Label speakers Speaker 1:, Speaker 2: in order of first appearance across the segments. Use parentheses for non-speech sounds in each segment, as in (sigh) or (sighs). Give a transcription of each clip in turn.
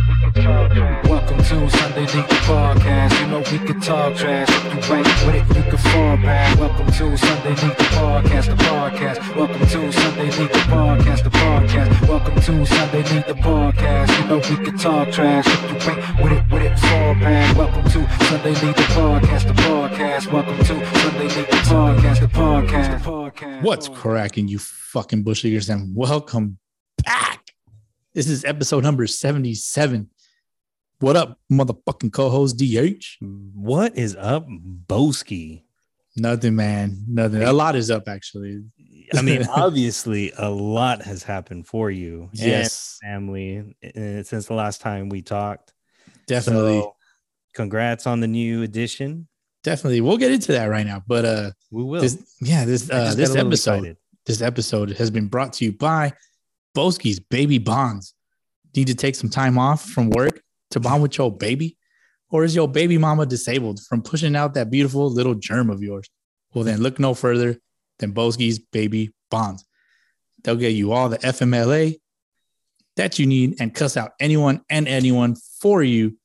Speaker 1: Welcome to Sunday League Podcast. You know we can talk trash. If you ain't with it, you can fall back. Welcome to Sunday League Podcast, the podcast. Welcome to Sunday League Podcast, the podcast. Welcome to Sunday League Podcast. You know we can talk trash. If you ain't with it, with it, fall back. Welcome to Sunday League Podcast, the podcast. Welcome to Sunday League Podcast, the podcast. The podcast.
Speaker 2: What's cracking, you fucking bush eaters, and welcome back. This is episode number 77. What up, motherfucking co-host DH?
Speaker 3: What is up, Boski?
Speaker 2: Nothing, man. Nothing. A lot is up, actually. (laughs)
Speaker 3: I mean, obviously, a lot has happened for you, and
Speaker 2: Yes.
Speaker 3: family, uh, since the last time we talked.
Speaker 2: Definitely.
Speaker 3: So, congrats on the new edition.
Speaker 2: Definitely. We'll get into that right now. But uh
Speaker 3: We will.
Speaker 2: this yeah, this
Speaker 3: I
Speaker 2: uh,
Speaker 3: just
Speaker 2: this
Speaker 3: got a little
Speaker 2: episode
Speaker 3: excited.
Speaker 2: this episode has been brought to you by Boski's Baby Bonds. Need to take some time off from work to bond with your baby? Or is your baby mama disabled from pushing out that beautiful little germ of yours? Well, then look no further than Boski's Baby Bonds. They'll get you all the FMLA that you need and cuss out anyone and anyone for you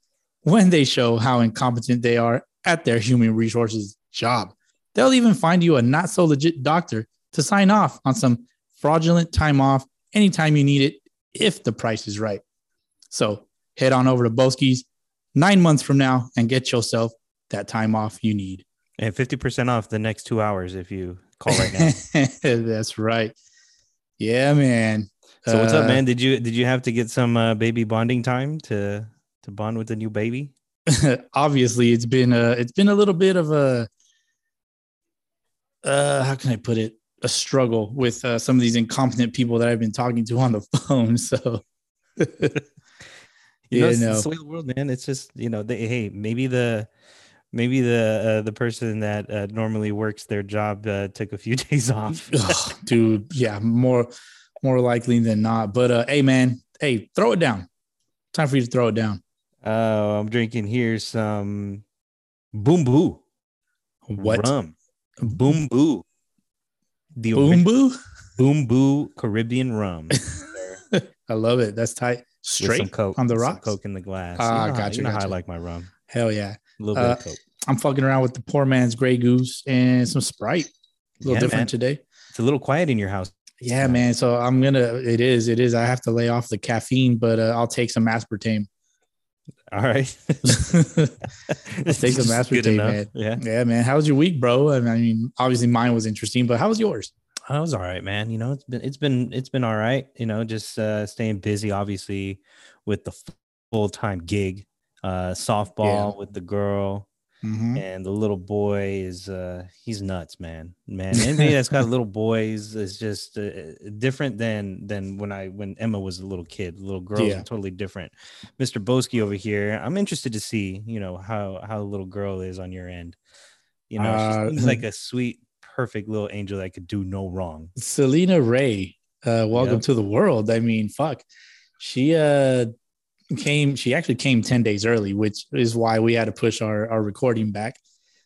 Speaker 2: when they show how incompetent they are at their human resources job. They'll even find you a not so legit doctor to sign off on some fraudulent time off anytime you need it if the price is right. So head on over to Boski's nine months from now and get yourself that time off you need.
Speaker 3: And 50% off the next two hours if you call Oh, right
Speaker 2: (laughs)
Speaker 3: now.
Speaker 2: That's right. Yeah, man.
Speaker 3: so what's up,
Speaker 2: Uh,
Speaker 3: man? Did you did you have to get some uh, baby bonding time to to bond with the new baby?
Speaker 2: Uh, (laughs) obviously it's been a it's been a little bit of a uh how can I put it a struggle with uh, some of these incompetent people that I've been talking to on the (laughs) phone. So (laughs)
Speaker 3: you know,
Speaker 2: Yeah,
Speaker 3: it's,
Speaker 2: no.
Speaker 3: it's the way the world, man. It's just you know, they, hey, maybe the maybe the uh, the person that uh, normally works their job uh, took a few (laughs) days off.
Speaker 2: Ugh, dude yeah more more likely than not but uh hey man hey throw it down time for you to throw it down
Speaker 3: Uh, I'm drinking here some boom boo
Speaker 2: what
Speaker 3: rum, boom boo, the
Speaker 2: boom
Speaker 3: original
Speaker 2: boo
Speaker 3: boom boo
Speaker 2: (laughs)
Speaker 3: Caribbean rum.
Speaker 2: i love it that's tight
Speaker 3: With some
Speaker 2: straight
Speaker 3: coke
Speaker 2: on the
Speaker 3: some
Speaker 2: rocks
Speaker 3: coke in the glass.
Speaker 2: Ah,
Speaker 3: you know, how-
Speaker 2: gotcha,
Speaker 3: You know how I
Speaker 2: gotcha.
Speaker 3: like my rum,
Speaker 2: hell yeah
Speaker 3: a little bit
Speaker 2: Uh,
Speaker 3: of coke.
Speaker 2: i'm fucking around with the poor man's gray goose and some sprite a little
Speaker 3: Yeah,
Speaker 2: different
Speaker 3: man.
Speaker 2: today
Speaker 3: It's a little quiet in your house.
Speaker 2: yeah man so i'm gonna it is it is i have to lay off the caffeine but uh, i'll take some aspartame
Speaker 3: All
Speaker 2: (laughs)
Speaker 3: right, (laughs)
Speaker 2: Let's take some
Speaker 3: Just good
Speaker 2: aspartame,
Speaker 3: enough.
Speaker 2: man.
Speaker 3: Yeah.
Speaker 2: yeah man how was your week bro i mean obviously mine was interesting but how was yours
Speaker 3: I was all right, man. You know, it's been it's been it's been all right. You know, just uh, staying busy, obviously, with the full time gig, uh, softball with the girl
Speaker 2: Mhm.
Speaker 3: and the little boy is uh, he's nuts, man.
Speaker 2: (laughs)
Speaker 3: Man, anybody that's got little boys is just uh, different than than when I when Emma was a little kid. Little girls
Speaker 2: Yeah.
Speaker 3: are totally different. Mister Boski over here, I'm interested to see you know how how the little girl is on your end. You know,
Speaker 2: Uh,
Speaker 3: she seems like a sweet. Perfect little angel that could do no wrong.
Speaker 2: Selena Ray, uh, welcome
Speaker 3: Yep.
Speaker 2: to the world. I mean, fuck, she uh came. She actually came ten days early, which is why we had to push our our recording back.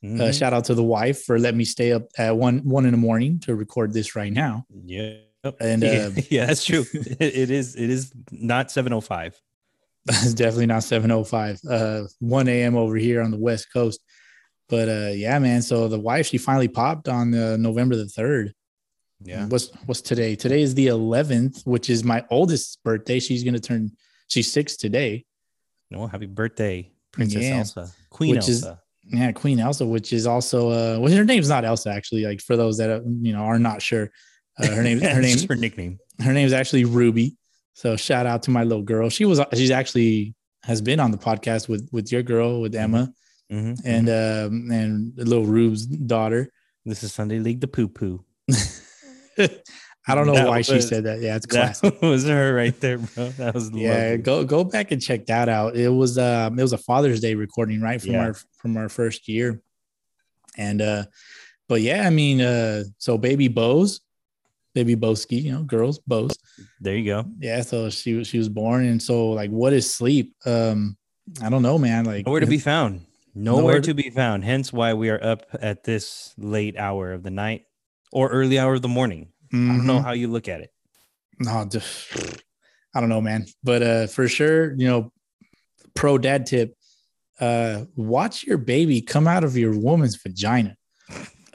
Speaker 2: Uh,
Speaker 3: Mhm.
Speaker 2: shout out to the wife for letting me stay up at one one in the morning to record this right now. (laughs)
Speaker 3: Yeah.
Speaker 2: Mm-hmm. And,
Speaker 3: (laughs) yeah,
Speaker 2: uh,
Speaker 3: yeah,
Speaker 2: (laughs)
Speaker 3: that's true. It- it is it is not 705.
Speaker 2: it's definitely not seven oh five. Uh, one a.m. over here on the west coast. But uh, yeah, man. So the wife she finally popped on uh, November the third. What's what's today? Today is the eleventh, which is my oldest birthday. She's gonna turn. She's six today.
Speaker 3: No, happy birthday, Princess
Speaker 2: Yeah.
Speaker 3: Elsa. Queen
Speaker 2: Which is-
Speaker 3: Elsa.
Speaker 2: Yeah, Queen Elsa, which is also uh, well, her name's not Elsa actually. Like for those that uh, you know are not sure, uh, her
Speaker 3: (laughs)
Speaker 2: name her
Speaker 3: It's
Speaker 2: name
Speaker 3: just her nickname.
Speaker 2: her name's actually Ruby. So shout out to my little girl. She was she's actually has been on the podcast with with your girl with Emma
Speaker 3: Mhm.
Speaker 2: and um, and little Rube's daughter. (laughs)
Speaker 3: Mm-hmm. this is Sunday League the poo poo.
Speaker 2: I don't know
Speaker 3: That
Speaker 2: why she
Speaker 3: was-
Speaker 2: said that. Yeah, it's classic.
Speaker 3: That (laughs) was her right there, bro. That was
Speaker 2: yeah,
Speaker 3: lovely.
Speaker 2: go go back and check that out. It was um it was a Father's Day recording, right? From
Speaker 3: Yeah.
Speaker 2: our from our first year. And uh but yeah, I mean uh so baby Bose, baby Boski, you know, girls, Bose.
Speaker 3: There you go.
Speaker 2: Yeah, so she was she was born and so like what is sleep? Um I don't know, man. Like
Speaker 3: Nowhere to be found. Nowhere
Speaker 2: Nowhere to-
Speaker 3: to be found. Hence why we are up at this late hour of the night or early hour of the morning. I don't know how you look at it.
Speaker 2: No, mm-hmm. just, I don't know, man. But uh, for sure, you know, pro dad tip: uh, watch your baby come out of your woman's vagina.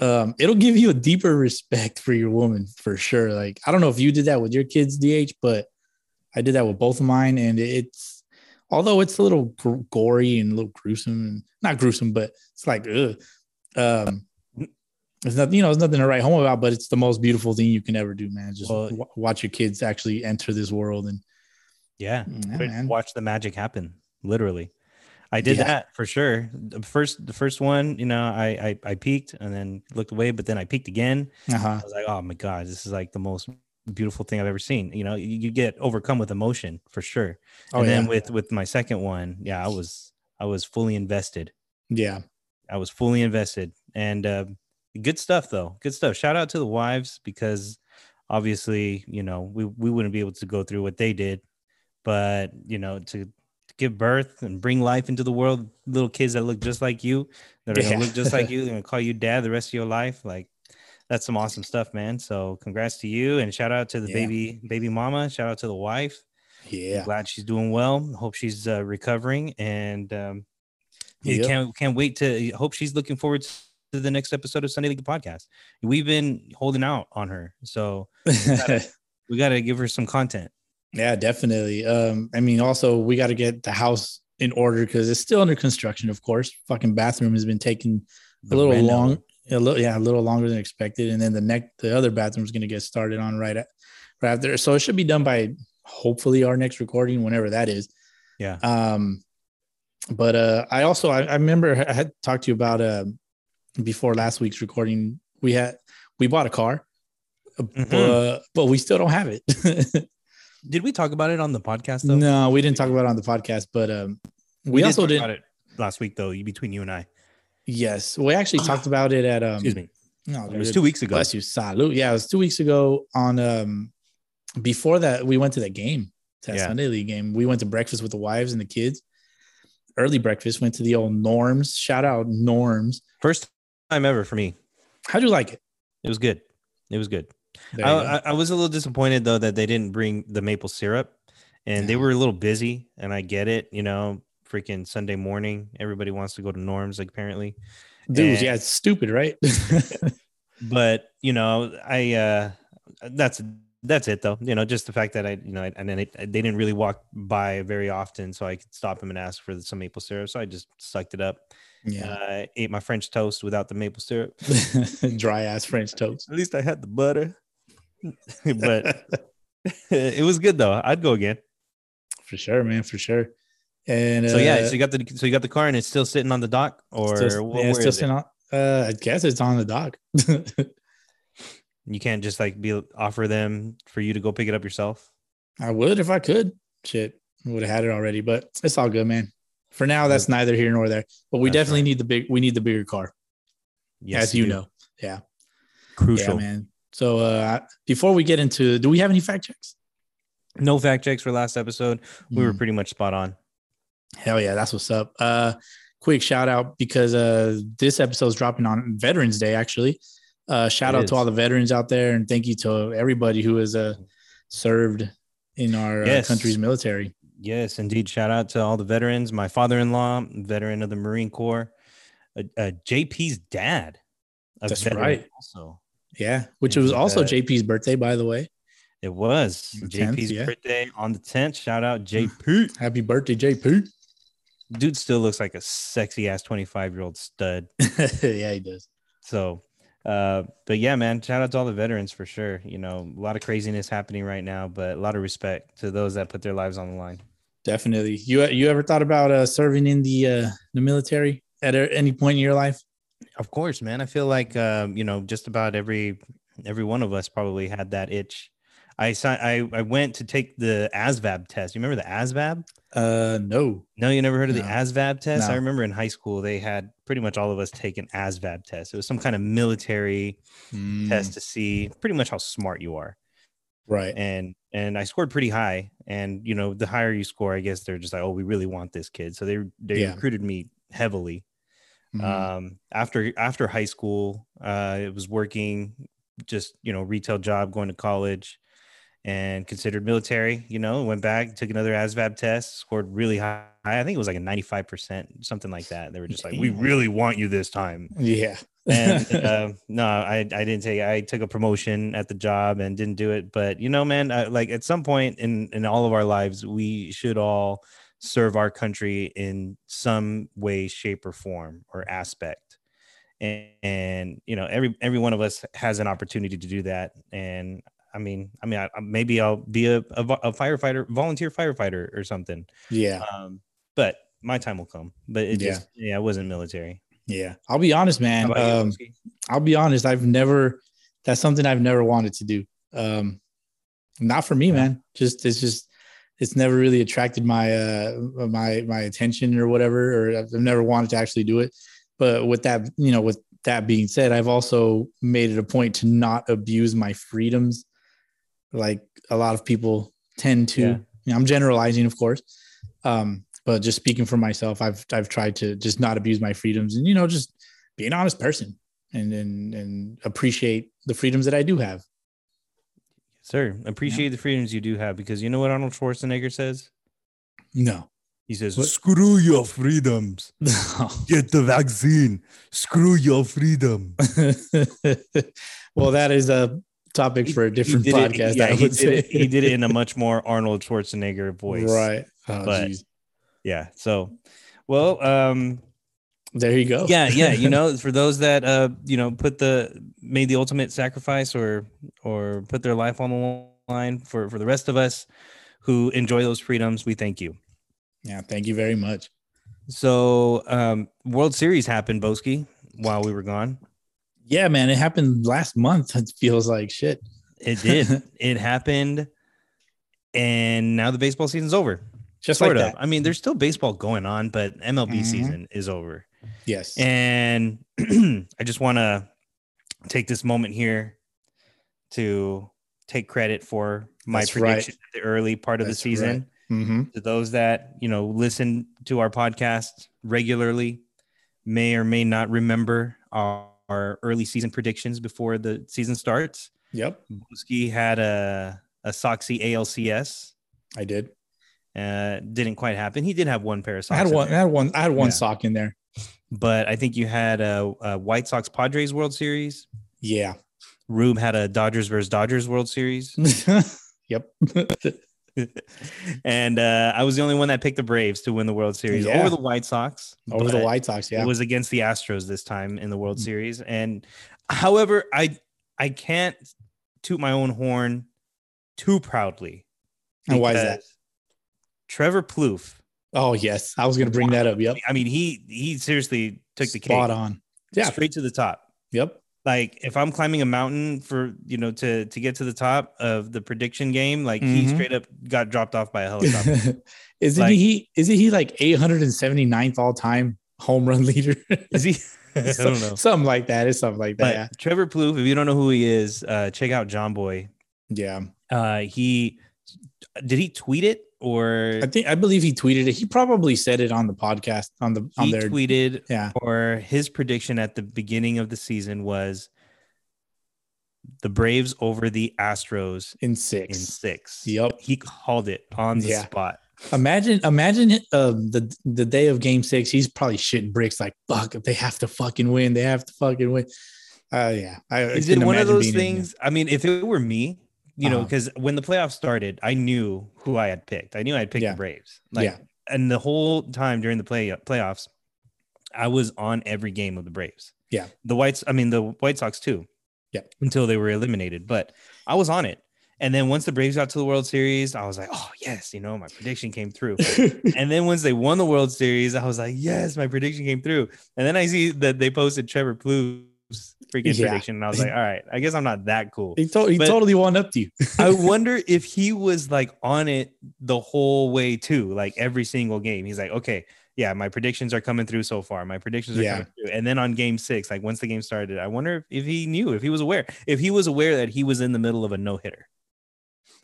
Speaker 2: Um, it'll give you a deeper respect for your woman for sure. Like I don't know if you did that with your kids, DH, but I did that with both of mine, and it's although it's a little gr- gory and a little gruesome, and not gruesome, but it's like, ugh. Um, it's nothing, you know, it's nothing to write home about, but it's the most beautiful thing you can ever do, man. Just
Speaker 3: Well-
Speaker 2: wa- watch your kids actually enter this world and
Speaker 3: Yeah.
Speaker 2: yeah,
Speaker 3: But
Speaker 2: Mm, man.
Speaker 3: watch the magic happen literally i did
Speaker 2: Yeah.
Speaker 3: that for sure the first the first one you know I, I i peeked and then looked away but then i peeked again
Speaker 2: Uh-huh.
Speaker 3: i was like oh my god this is like the most beautiful thing i've ever seen you know you, you get overcome with emotion for sure
Speaker 2: Oh,
Speaker 3: and
Speaker 2: yeah.
Speaker 3: then with with my second one yeah i was i was fully invested
Speaker 2: yeah.
Speaker 3: i was fully invested and uh, good stuff though good stuff shout out to the wives because obviously you know we, we wouldn't be able to go through what they did but you know to, to give birth and bring life into the world little kids that look just like you that are
Speaker 2: Yeah.
Speaker 3: gonna look just like you
Speaker 2: (laughs)
Speaker 3: they're gonna call you dad the rest of your life like that's some awesome stuff man so congrats to you and shout out to the
Speaker 2: Yeah.
Speaker 3: baby baby mama shout out to the wife
Speaker 2: Yeah.
Speaker 3: glad she's doing well hope she's uh, recovering and um yeah,
Speaker 2: Yep.
Speaker 3: can't can't wait to hope she's looking forward to the next episode of sunday league podcast we've been holding out on her so
Speaker 2: (laughs)
Speaker 3: we got to give her some content
Speaker 2: yeah, definitely. Um, I mean, also we got to get the house in order because it's still under construction, of course. Fucking bathroom has been taking a little
Speaker 3: reno.
Speaker 2: long, a little yeah, a little longer than expected. And then the next, the other bathroom is going to get started on right, at, right after. So it should be done by hopefully our next recording, whenever that is.
Speaker 3: yeah
Speaker 2: Um, but uh, I also I, I remember I had talked to you about um before last week's recording. We had we bought a car,
Speaker 3: Mm-hmm.
Speaker 2: but but we still don't have it. (laughs)
Speaker 3: did we talk about it on the podcast though
Speaker 2: no, we didn't talk about it on the podcast, but um, we,
Speaker 3: did
Speaker 2: also
Speaker 3: talk
Speaker 2: did
Speaker 3: about
Speaker 2: not
Speaker 3: it last week though you- between you and i
Speaker 2: Yes, we actually talked about it at um.
Speaker 3: excuse me
Speaker 2: No,
Speaker 3: it was
Speaker 2: dude,
Speaker 3: two weeks ago
Speaker 2: Bless you, salute. Yeah, it was two weeks ago. On um, before that, we went to that game, that
Speaker 3: Yeah.
Speaker 2: Sunday league game. We went to breakfast with the wives and the kids. Early breakfast. Went to the old Norms. Shout out Norms.
Speaker 3: first time ever for me
Speaker 2: How'd you like it?
Speaker 3: it was good it was good
Speaker 2: There
Speaker 3: I,
Speaker 2: you go.
Speaker 3: I, I was a little disappointed though that they didn't bring the maple syrup and they
Speaker 2: Yeah.
Speaker 3: were a little busy and i get it you know freaking sunday morning everybody wants to go to norms like apparently
Speaker 2: Dude,
Speaker 3: and-
Speaker 2: yeah, it's stupid, right? (laughs)
Speaker 3: but you know i uh that's that's it though you know just the fact that i you know I, and then it, they didn't really walk by very often so i could stop them and ask for some maple syrup so i just sucked it up
Speaker 2: yeah.
Speaker 3: uh, ate my french toast without the maple syrup
Speaker 2: (laughs) Dry ass French toast.
Speaker 3: at least i had the butter (laughs) but
Speaker 2: (laughs)
Speaker 3: (laughs) it was good though i'd go again
Speaker 2: for sure, man, for sure. And
Speaker 3: So yeah,
Speaker 2: uh,
Speaker 3: so you got the so you got the car and it's still sitting on the dock, or
Speaker 2: still-
Speaker 3: wh-
Speaker 2: yeah,
Speaker 3: where
Speaker 2: it's still
Speaker 3: is it?
Speaker 2: sitting on- uh, I guess it's on the dock. (laughs)
Speaker 3: You can't just like be offer them for you to go pick it up yourself.
Speaker 2: I would if I could. Shit, would have had it already, but it's all good, man. For now, that's neither here nor there. But we
Speaker 3: That's
Speaker 2: definitely
Speaker 3: right.
Speaker 2: need the big. We need the bigger car, as you
Speaker 3: do.
Speaker 2: know. Yeah, yeah,
Speaker 3: crucial.
Speaker 2: man. So uh, before we get into, do we have any fact checks?
Speaker 3: no fact checks for last episode. We
Speaker 2: Hmm.
Speaker 3: were pretty much spot on.
Speaker 2: Hell yeah, that's what's up. Uh quick shout out because uh this episode's dropping on Veterans Day actually. Uh shout
Speaker 3: It
Speaker 2: out
Speaker 3: is.
Speaker 2: to all the veterans out there and thank you to everybody who has uh served in our uh,
Speaker 3: Yes.
Speaker 2: country's military.
Speaker 3: Yes, indeed. Shout out to all the veterans. My father-in-law, veteran of the Marine Corps, uh, uh, JP's dad. a
Speaker 2: That's
Speaker 3: veteran
Speaker 2: right.
Speaker 3: Also,
Speaker 2: Yeah, which
Speaker 3: Yeah,
Speaker 2: was also
Speaker 3: uh,
Speaker 2: JP's birthday by the way.
Speaker 3: it was
Speaker 2: The 10th,
Speaker 3: JP's
Speaker 2: yeah.
Speaker 3: birthday on the tenth. Shout
Speaker 2: (laughs)
Speaker 3: out JP.
Speaker 2: Happy birthday JP.
Speaker 3: Dude still looks like a sexy ass twenty-five-year-old stud.
Speaker 2: (laughs) yeah, he does.
Speaker 3: So, uh, but yeah, man, shout out to all the veterans for sure. You know, a lot of craziness happening right now, but a lot of respect to those that put their lives on the line.
Speaker 2: Definitely. You you ever thought about uh serving in the uh the military at a- any point in your life?
Speaker 3: Of course, man. I feel like um, you know, just about every every one of us probably had that itch. I si- I I went to take the ASVAB test. You remember the ASVAB?
Speaker 2: Uh no.
Speaker 3: No, you never heard of the
Speaker 2: No.
Speaker 3: ASVAB test?
Speaker 2: No.
Speaker 3: I remember in high school they had pretty much all of us take an ASVAB test. It was some kind of military test to see pretty much how smart you are.
Speaker 2: Right.
Speaker 3: and and I scored pretty high. And you know, the higher you score, I guess they're just like, oh, we really want this kid. So they they
Speaker 2: Yeah.
Speaker 3: recruited me heavily.
Speaker 2: Mhm.
Speaker 3: Mm-hmm. Um, after after high school, uh, I was uh, working just you know retail job, going to college, and considered military. You know, went back, took another ASVAB test, scored really high. I think it was like a ninety five percent, something like that. They were just like, "We
Speaker 2: Damn.
Speaker 3: really want you this time."
Speaker 2: Yeah. (laughs)
Speaker 3: and uh, no, I, I didn't take. I took a promotion at the job and didn't do it. But you know, man, I, like at some point in in all of our lives, we should all serve our country in some way, shape, or form or aspect. And, and you know, every every one of us has an opportunity to do that. And I mean, I mean, I, I- maybe I'll be a, a, vo- a firefighter, volunteer firefighter, or something.
Speaker 2: yeah.
Speaker 3: Um, but my time will come. But it
Speaker 2: Yeah.
Speaker 3: just yeah, it wasn't military.
Speaker 2: Yeah. I'll be honest,
Speaker 3: How
Speaker 2: man.
Speaker 3: about you,
Speaker 2: Um,
Speaker 3: Oski?
Speaker 2: I'll be honest. I've never, that's something I've never wanted to do. Um, not for me, man. Just, it's just, it's never really attracted my, uh, my, my attention or whatever, or I've I've never wanted to actually do it. But with that, you know, with that being said, I've also made it a point to not abuse my freedoms. Like a lot of people tend to,
Speaker 3: Yeah.
Speaker 2: You know, I'm generalizing, of course. Um, but just speaking for myself, I've, I've tried to just not abuse my freedoms and, you know, just be an honest person and and and appreciate the freedoms that I do have.
Speaker 3: Sir, appreciate the freedoms you do have because you know what Arnold Schwarzenegger says?
Speaker 2: No.
Speaker 3: He says,
Speaker 2: What?
Speaker 3: Screw your freedoms. Get the vaccine. Screw your freedom.
Speaker 2: (laughs) well, that is a topic for a different
Speaker 3: He did it-
Speaker 2: podcast.
Speaker 3: yeah,
Speaker 2: I
Speaker 3: he
Speaker 2: would
Speaker 3: did
Speaker 2: say
Speaker 3: it- he did it in a
Speaker 2: (laughs)
Speaker 3: much more Arnold Schwarzenegger voice.
Speaker 2: right. Oh,
Speaker 3: But-
Speaker 2: geez.
Speaker 3: Yeah. So, well, um,
Speaker 2: there you go.
Speaker 3: yeah, yeah.
Speaker 2: (laughs)
Speaker 3: You know, for those that, uh, you know, put the, made the ultimate sacrifice or, or put their life on the line for, for the rest of us who enjoy those freedoms, we thank you.
Speaker 2: yeah. Thank you very much.
Speaker 3: So, um, World Series happened, Boski, while we were gone.
Speaker 2: Yeah, man, it happened last month. It feels like shit.
Speaker 3: It did.
Speaker 2: (laughs)
Speaker 3: it happened, and now the baseball season's over.
Speaker 2: Just
Speaker 3: Sort
Speaker 2: like
Speaker 3: of.
Speaker 2: that.
Speaker 3: I mean, there's still baseball going on, but MLB
Speaker 2: Mhm.
Speaker 3: season is over.
Speaker 2: Yes.
Speaker 3: And (clears throat) I just want to take this moment here to take credit for my
Speaker 2: That's right.
Speaker 3: prediction at the early part of
Speaker 2: That's
Speaker 3: the season.
Speaker 2: hmm
Speaker 3: to those that you know listen to our podcast regularly may or may not remember our, our early season predictions before the season starts
Speaker 2: Yep.
Speaker 3: Booski had a a soxy alcs
Speaker 2: I did.
Speaker 3: uh didn't quite happen he did have one pair
Speaker 2: I
Speaker 3: of socks
Speaker 2: had
Speaker 3: in
Speaker 2: one. I
Speaker 3: there.
Speaker 2: had one. I had one
Speaker 3: Yeah.
Speaker 2: sock in there.
Speaker 3: but i think you had a, a white sox padres world series (laughs)
Speaker 2: Yeah.
Speaker 3: rube had a dodgers versus dodgers
Speaker 2: (laughs)
Speaker 3: world series (laughs)
Speaker 2: yep.
Speaker 3: and uh i was the only one that picked the braves to win the world series
Speaker 2: Yeah.
Speaker 3: over the white sox
Speaker 2: Over the
Speaker 3: but-
Speaker 2: White Sox. Yeah.
Speaker 3: It was against the Astros this time in the World
Speaker 2: Mm.
Speaker 3: Series. And however, I I can't toot my own horn too proudly.
Speaker 2: and why is that?
Speaker 3: because Trevor Plouffe.
Speaker 2: Oh yes, I was gonna bring that up. Yep.
Speaker 3: I mean, he he seriously took the
Speaker 2: Spot
Speaker 3: cake
Speaker 2: on. Yeah.
Speaker 3: straight to the top.
Speaker 2: Yep.
Speaker 3: Like if I'm climbing a mountain for you know to to get to the top of the prediction game, like he
Speaker 2: Mhm.
Speaker 3: straight up got dropped off by
Speaker 2: (laughs)
Speaker 3: a helicopter.
Speaker 2: isn't
Speaker 3: Like-
Speaker 2: he? Isn't he like 879th all time home run leader? (laughs)
Speaker 3: is he? (laughs) I don't know.
Speaker 2: Something like that. It's something like
Speaker 3: But
Speaker 2: that.
Speaker 3: Trevor Plouffe, if you don't know who he is, uh, check out John Boy.
Speaker 2: yeah.
Speaker 3: uh he did he tweet it or
Speaker 2: I think I believe he tweeted it. He probably said it on the podcast on the on
Speaker 3: he
Speaker 2: their
Speaker 3: tweeted
Speaker 2: yeah.
Speaker 3: or his prediction at the beginning of the season was the Braves over the Astros
Speaker 2: In
Speaker 3: in
Speaker 2: six.
Speaker 3: six.
Speaker 2: Yep.
Speaker 3: He called it on the
Speaker 2: Yeah.
Speaker 3: spot.
Speaker 2: Imagine, imagine uh, the the day of Game Six. He's probably shitting bricks. Like fuck, they have to fucking win. They have to fucking win. Uh, yeah. I, I
Speaker 3: Is it
Speaker 2: couldn't
Speaker 3: one of
Speaker 2: imagine
Speaker 3: those
Speaker 2: being in there.
Speaker 3: things? I mean, if it were me, you know,
Speaker 2: Uh-huh.
Speaker 3: because when the playoffs started, I knew who I had picked. I knew I had picked
Speaker 2: Yeah.
Speaker 3: the Braves. Like,
Speaker 2: Yeah.
Speaker 3: And the whole time during the play playoffs, I was on every game of the Braves.
Speaker 2: Yeah.
Speaker 3: The Whites, I mean, the White Sox too.
Speaker 2: Yeah.
Speaker 3: Until they were eliminated, but I was on it. And then once the Braves got to the World Series, I was like, oh, yes, you know, my prediction came through. and then once they won the World Series, I was like, yes, my prediction came through. And then I see that they posted Trevor Plouffe's freaking
Speaker 2: Yeah.
Speaker 3: prediction. And I was like, all right, I guess I'm not
Speaker 2: (laughs)
Speaker 3: that cool.
Speaker 2: (laughs) He, to- he
Speaker 3: But-
Speaker 2: totally won up to you.
Speaker 3: I wonder if he was like on it the whole way too, like every single game. He's like, okay, yeah, my predictions are coming through so far. My predictions are
Speaker 2: Yeah.
Speaker 3: coming through. And then on game six, like once the game started, I wonder if, if he knew, if he was aware, if he was aware that he was in the middle of a no hitter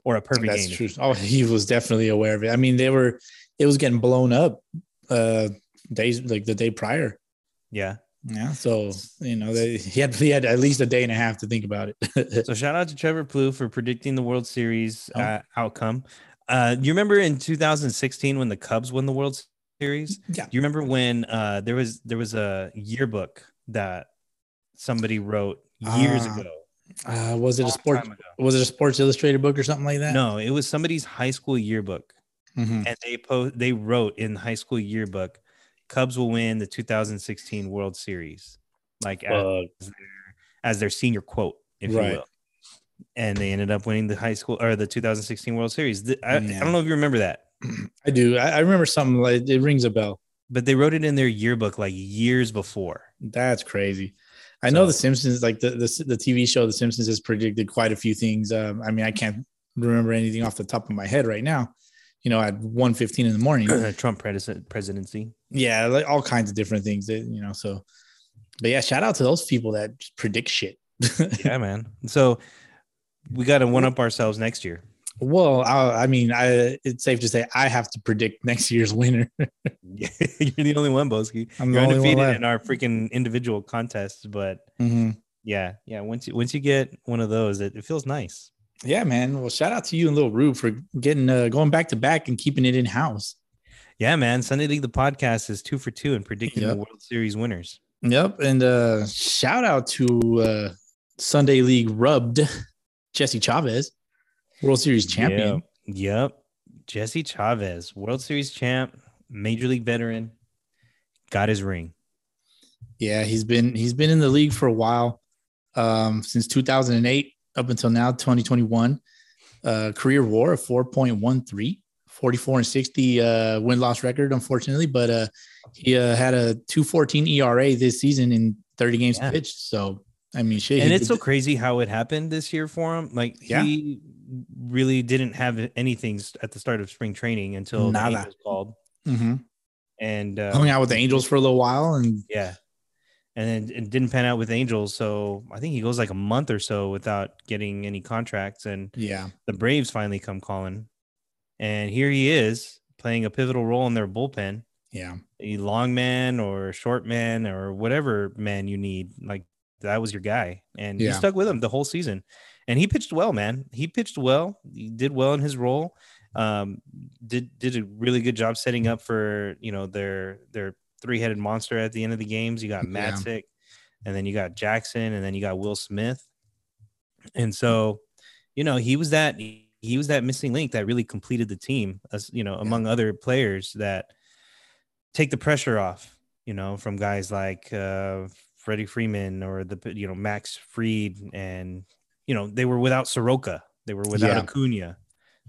Speaker 3: or a perfect
Speaker 2: That's
Speaker 3: game.
Speaker 2: true. (laughs) Oh, he was definitely aware of it. I mean, they were it was getting blown up uh days like the day prior.
Speaker 3: Yeah.
Speaker 2: Yeah. So you know, they, he had he had at least a day and a half to think about it. (laughs)
Speaker 3: So shout out to Trevor Plouffe for predicting the World Series
Speaker 2: Oh.
Speaker 3: uh, outcome. Uh, you remember in 2016 when the Cubs won the World Series?
Speaker 2: Yeah.
Speaker 3: You remember when uh, there was there was a yearbook that somebody wrote years
Speaker 2: Ah,
Speaker 3: ago?
Speaker 2: uh, was it a
Speaker 3: long
Speaker 2: sports?
Speaker 3: time ago.
Speaker 2: Was it a Sports Illustrated book or something like that?
Speaker 3: No, it was somebody's high school yearbook, (clears throat)
Speaker 2: Mhm.
Speaker 3: and they po- they wrote in the high school yearbook, Cubs will win the 2016 World Series, like as, their, as their senior quote, if
Speaker 2: Right.
Speaker 3: you will. And they ended up winning the high school or the 2016 World Series. Th- I, I
Speaker 2: Yeah.
Speaker 3: don't know if you remember that,
Speaker 2: I do. I, I remember something like it rings a bell.
Speaker 3: but they wrote it in their yearbook like years before. (clears throat)
Speaker 2: That's crazy. I know
Speaker 3: So-
Speaker 2: The Simpsons, like the, the the TV show The Simpsons, has predicted quite a few things. Um, I mean, I can't remember anything off the top of my head right now. You know, at 1.15 in the morning.
Speaker 3: Trump predis- presidency.
Speaker 2: yeah, like all kinds of different things. That, you know, so. But yeah, shout out to those people that just predict shit.
Speaker 3: Yeah, man. So we got to one up ourselves next year. (laughs)
Speaker 2: Well, I, I mean, I it's safe to say I have to predict (laughs) next year's winner.
Speaker 3: You're the only one, Boski.
Speaker 2: I'm
Speaker 3: You're
Speaker 2: the only one
Speaker 3: undefeated
Speaker 2: left.
Speaker 3: in our freaking individual contests, but
Speaker 2: Mhm.
Speaker 3: yeah, yeah. Once you once you get one of those, it, it feels nice.
Speaker 2: Yeah, man. Well, shout out to you and Little Rube for getting uh, going back to back and keeping it in house.
Speaker 3: Yeah, man. Sunday League the podcast is two for two in predicting the
Speaker 2: Yep.
Speaker 3: World Series winners.
Speaker 2: Yep. And uh shout out to uh Sunday League rubbed (laughs) Jesse Chavez, World Series champion.
Speaker 3: Yep. Yep. Jesse Chavez, World Series champ, major league veteran, got his ring.
Speaker 2: Yeah, he's been he's been in the league for a while. Um since 2008 up until now 2021. Uh career WAR of 4.13, 44 and 60 uh win-loss record unfortunately, but uh he uh, had a 214 ERA this season in 30 games
Speaker 3: Yeah.
Speaker 2: pitched. So I mean shit.
Speaker 3: and
Speaker 2: he
Speaker 3: it's so
Speaker 2: did-
Speaker 3: crazy how it happened this year for him. Like
Speaker 2: Yeah.
Speaker 3: he really didn't have anything st- at the start of spring training until
Speaker 2: Nada.
Speaker 3: was called.
Speaker 2: Mhm.
Speaker 3: And uh,
Speaker 2: hung out with the Angels for a little while and
Speaker 3: Yeah. And then it didn't pan out with the Angels. So I think he goes like a month or so without getting any contracts. And
Speaker 2: yeah.
Speaker 3: the Braves finally come calling. And here he is playing a pivotal role in their bullpen.
Speaker 2: Yeah.
Speaker 3: A long man or short man or whatever man you need. Like that was your guy. And you
Speaker 2: Yeah.
Speaker 3: stuck with him the whole season. And he pitched well, man. He pitched well. He did well in his role. Um, did did a really good job setting up for you know their their three headed monster at the end of the games. You got
Speaker 2: Yeah.
Speaker 3: Matzik, and then you got Jackson, and then you got Will Smith. And so, you know, he was that he was that missing link that really completed the team, as you know, among other players that take the pressure off, you know, from guys like uh, Freddie Freeman or the you know Max Freed, and you know they were without Soroka, they were without
Speaker 2: Yeah.
Speaker 3: Acuna,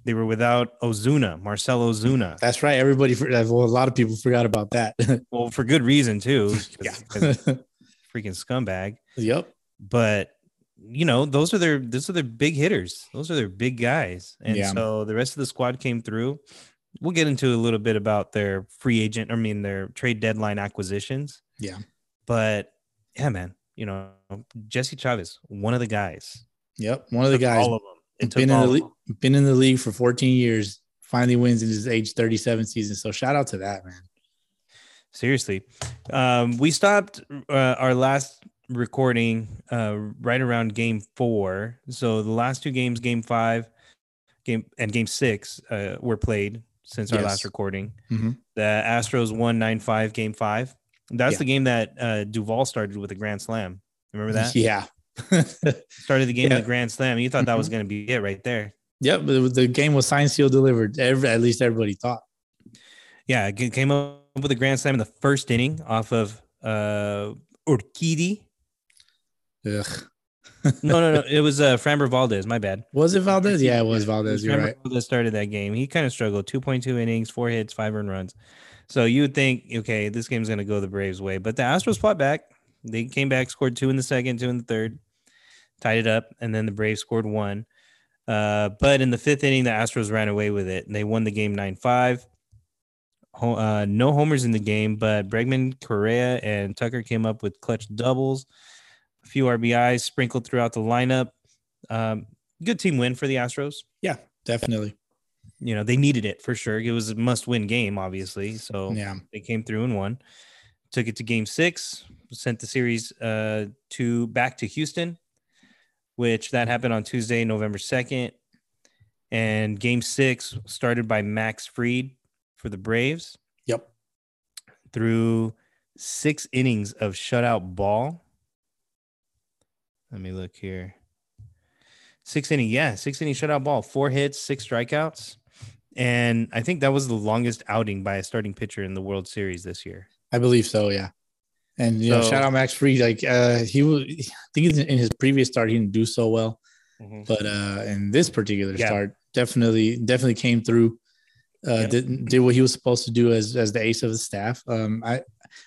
Speaker 3: they were without Ozuna, Marcelo Ozuna.
Speaker 2: That's right. Everybody, for, well, a lot of people forgot about that. (laughs)
Speaker 3: Well, for good reason too. 'cause- 'cause
Speaker 2: yeah. (laughs)
Speaker 3: freaking scumbag.
Speaker 2: yep.
Speaker 3: but you know those are their those are their big hitters those are their big guys and
Speaker 2: Yeah.
Speaker 3: so the rest of the squad came through we'll get into a little bit about their free agent i mean their trade deadline acquisitions
Speaker 2: Yeah.
Speaker 3: but yeah man you know jesse chavez one of the guys
Speaker 2: Yep. One of the
Speaker 3: Took
Speaker 2: guys
Speaker 3: all of them it took
Speaker 2: been in
Speaker 3: all
Speaker 2: the
Speaker 3: of
Speaker 2: league,
Speaker 3: them.
Speaker 2: been in the league for 14 years. Finally wins in his age 37 season. So shout out to that man.
Speaker 3: seriously um we stopped uh, our last recording uh right around game four so the last two games game five game and game six uh were played since our
Speaker 2: Yes.
Speaker 3: last recording
Speaker 2: Mhm.
Speaker 3: the astros won nine five game five that's
Speaker 2: Yeah.
Speaker 3: the game that uh duval started with a grand slam remember that
Speaker 2: Yeah. (laughs)
Speaker 3: started the game with
Speaker 2: Yeah. Mm-hmm.
Speaker 3: a grand slam you thought that was going to be it right there
Speaker 2: yep. The, the game was signed, sealed, delivered. Every, at least everybody thought.
Speaker 3: yeah it came up with a grand slam in the first inning off of uh urquidy
Speaker 2: Ugh.
Speaker 3: no, no, no. It was uh, Framber Valdez. My bad.
Speaker 2: Was it Valdez? Yeah, it was
Speaker 3: It
Speaker 2: Valdez.
Speaker 3: was
Speaker 2: You're
Speaker 3: Framber
Speaker 2: right.
Speaker 3: Valdez started that game. He kind of struggled. Two point two innings, four hits, five earned runs. So you would think, okay, this game's going to go the Braves' way, but the Astros fought back. They came back, scored two in the second, two in the third, tied it up, and then the Braves scored one. Uh, but in the fifth inning, the Astros ran away with it, and they won the game nine five. Uh, no homers in the game, but Bregman, Correa, and Tucker came up with clutch doubles, a few RBIs sprinkled throughout the lineup. Um, good team win for the Astros
Speaker 2: Definitely.
Speaker 3: you know they needed it for sure. It was a must-win game, obviously. So
Speaker 2: Yeah.
Speaker 3: they came through and won. took it to game six, sent the series uh, to back to Houston, which that happened on Tuesday, November 2nd. And game six started by Max Freed for the Braves
Speaker 2: Yep.
Speaker 3: through six innings of shutout ball. Let me look here. Six inning, yeah, six inning shutout ball, four hits, six strikeouts. And I think that was the longest outing by a starting pitcher in the World Series this year.
Speaker 2: I believe so. Yeah. And you know,
Speaker 3: So-
Speaker 2: shout out Max Freed. Like uh, he was, I think he's in- in his previous start he didn't do so well, but uh, in this particular
Speaker 3: Mm-hmm. Yeah.
Speaker 2: start, definitely, definitely came through. Uh,
Speaker 3: Yeah.
Speaker 2: did, did what he was supposed to do as as the ace of the staff. Um, I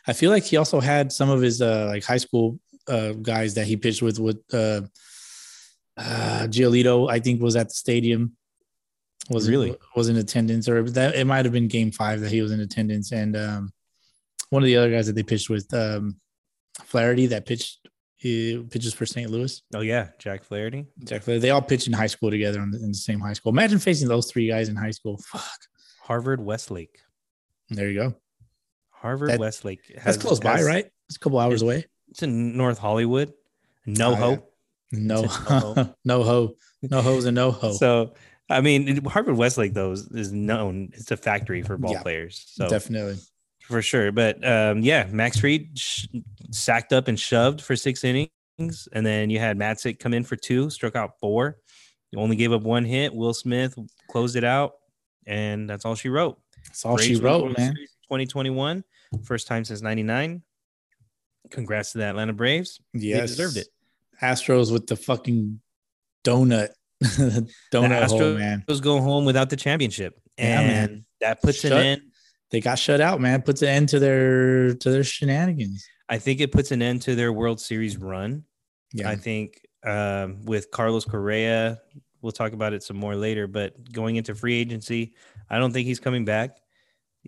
Speaker 2: I feel like he also had some of his uh, like high school uh, guys that he pitched with with uh, uh, Giolito. I think was at the stadium. Was
Speaker 3: Really?
Speaker 2: was in attendance, or that it might have been Game Five that he was in attendance, and um, one of the other guys that they pitched with, um, Flaherty, that pitched he pitches for St. Louis.
Speaker 3: Oh, yeah, Jack Flaherty.
Speaker 2: Jack Flaherty. They all pitched in high school together in the, in the same high school. Imagine facing those three guys in high school. Fuck.
Speaker 3: Harvard Westlake.
Speaker 2: There you go.
Speaker 3: Harvard
Speaker 2: That-
Speaker 3: Westlake.
Speaker 2: That's
Speaker 3: has-
Speaker 2: close by,
Speaker 3: has-
Speaker 2: right? It's a couple hours away.
Speaker 3: It's in North Hollywood. No
Speaker 2: Oh, yeah.
Speaker 3: hope.
Speaker 2: No,
Speaker 3: It's a no-ho.
Speaker 2: (laughs) no ho, no hoes and no ho.
Speaker 3: So, I mean, it- Harvard Westlake though is, is known. It's a factory for ball
Speaker 2: Yeah.
Speaker 3: players, so
Speaker 2: Definitely.
Speaker 3: for sure. But um, yeah, Max Reed sh- sacked up and shoved for six innings, and then you had Matzik come in for two, struck out four, you only gave up one hit. Will Smith closed it out, and that's all she wrote.
Speaker 2: That's all she
Speaker 3: Braves win the
Speaker 2: wrote,
Speaker 3: World
Speaker 2: man.
Speaker 3: Series in 2021, first time since '99. Congrats to the Atlanta Braves.
Speaker 2: Yes.
Speaker 3: They deserved it.
Speaker 2: Astros with the fucking donut, (laughs) donut hole,
Speaker 3: Astros-
Speaker 2: man.
Speaker 3: Those go home without the championship,
Speaker 2: Yeah,
Speaker 3: and
Speaker 2: man.
Speaker 3: that puts an
Speaker 2: Shut-
Speaker 3: end.
Speaker 2: They got shut out, man. Puts an end to their to their shenanigans.
Speaker 3: I think it puts an end to their World Series run.
Speaker 2: Yeah.
Speaker 3: I think um, with Carlos Correa, we'll talk about it some more later, but going into free agency, I don't think he's coming back.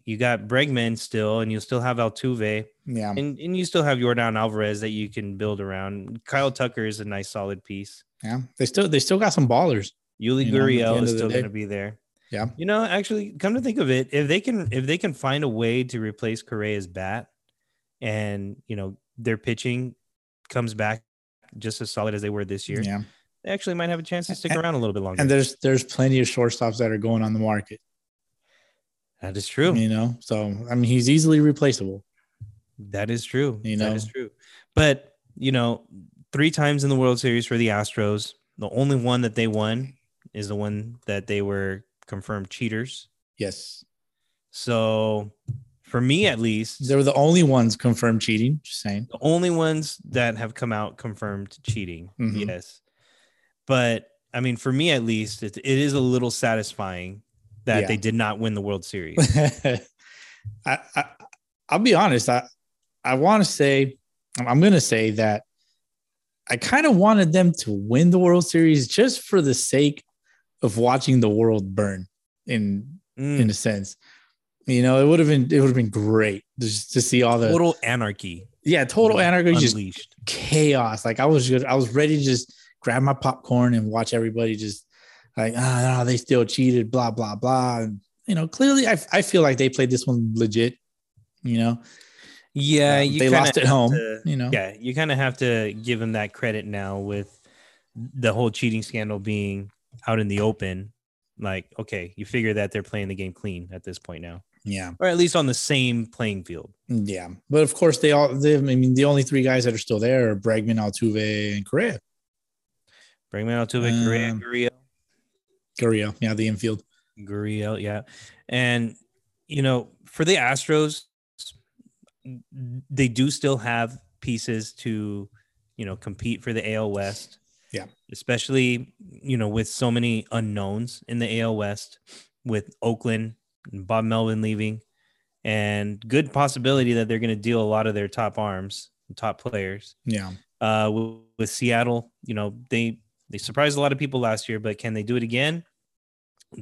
Speaker 3: You got Bregman still, and you still have Altuve,
Speaker 2: yeah.
Speaker 3: and, and you still have Jordan Alvarez that you can build around. Kyle Tucker is a nice, solid piece.
Speaker 2: Yeah. They still they still got some ballers.
Speaker 3: Yuli
Speaker 2: You know, at the
Speaker 3: Gurriel
Speaker 2: end
Speaker 3: is
Speaker 2: of the
Speaker 3: still
Speaker 2: day-
Speaker 3: going to be there.
Speaker 2: Yeah.
Speaker 3: You know, actually, come to think of it, if they can, if they can find a way to replace Correa's bat, and you know their pitching comes back just as solid as they were this year,
Speaker 2: Yeah.
Speaker 3: they actually might have a chance to stick
Speaker 2: And-
Speaker 3: around a little bit longer.
Speaker 2: And there's there's plenty of shortstops that are going on the market.
Speaker 3: that is true.
Speaker 2: You know, so I mean he's easily replaceable.
Speaker 3: That is true.
Speaker 2: You
Speaker 3: that
Speaker 2: know?
Speaker 3: is true. But you know, three times in the World Series for the Astros, the only one that they won is the one that they were confirmed cheaters.
Speaker 2: Yes.
Speaker 3: So, for me at least,
Speaker 2: They were the only ones confirmed cheating. Just saying. (laughs)
Speaker 3: the only ones that have come out confirmed cheating.
Speaker 2: Mhm.
Speaker 3: Yes. But I mean, for me at least, it, it is a little satisfying that
Speaker 2: Yeah.
Speaker 3: they did not win the
Speaker 2: (laughs)
Speaker 3: World Series.
Speaker 2: I, I I'll be honest. I I want to say I'm- I'm going to say that I kind of wanted them to win the World Series just for the sake of watching the world burn in in
Speaker 3: Mm,
Speaker 2: a sense. You know, it would have been it would have been great just to see all the
Speaker 3: total anarchy.
Speaker 2: yeah total anarchy, just
Speaker 3: unleashed.
Speaker 2: chaos. Like I was just I was ready to just grab my popcorn and watch everybody just like ah no, they still cheated, blah blah blah. And, you know, clearly I I feel like they played this one legit. You know,
Speaker 3: Yeah,
Speaker 2: Um,
Speaker 3: you
Speaker 2: they
Speaker 3: kinda
Speaker 2: lost at
Speaker 3: have
Speaker 2: home.
Speaker 3: to-
Speaker 2: you know,
Speaker 3: yeah, you kind of have to give them that credit now with the whole cheating scandal being out in the open. Like, okay, you figure that they're playing the game clean at this point now,
Speaker 2: yeah,
Speaker 3: or at least on the same playing field.
Speaker 2: yeah. But of course, they all they I mean the only three guys that are still there are Bregman, Altuve, and Correa.
Speaker 3: Bring me out to Victoria,
Speaker 2: Um,
Speaker 3: Gurriel,
Speaker 2: Correa, yeah, the infield.
Speaker 3: Gurriel, yeah. And you know, for the Astros, they do still have pieces to, you know, compete for the AL West.
Speaker 2: Yeah.
Speaker 3: Especially, you know, with so many unknowns in the AL West, with Oakland and Bob Melvin leaving, and good possibility that they're going to deal a lot of their top arms, top players.
Speaker 2: Yeah,
Speaker 3: uh, with, with Seattle. You know, they they surprised a lot of people last year, but can they do it again?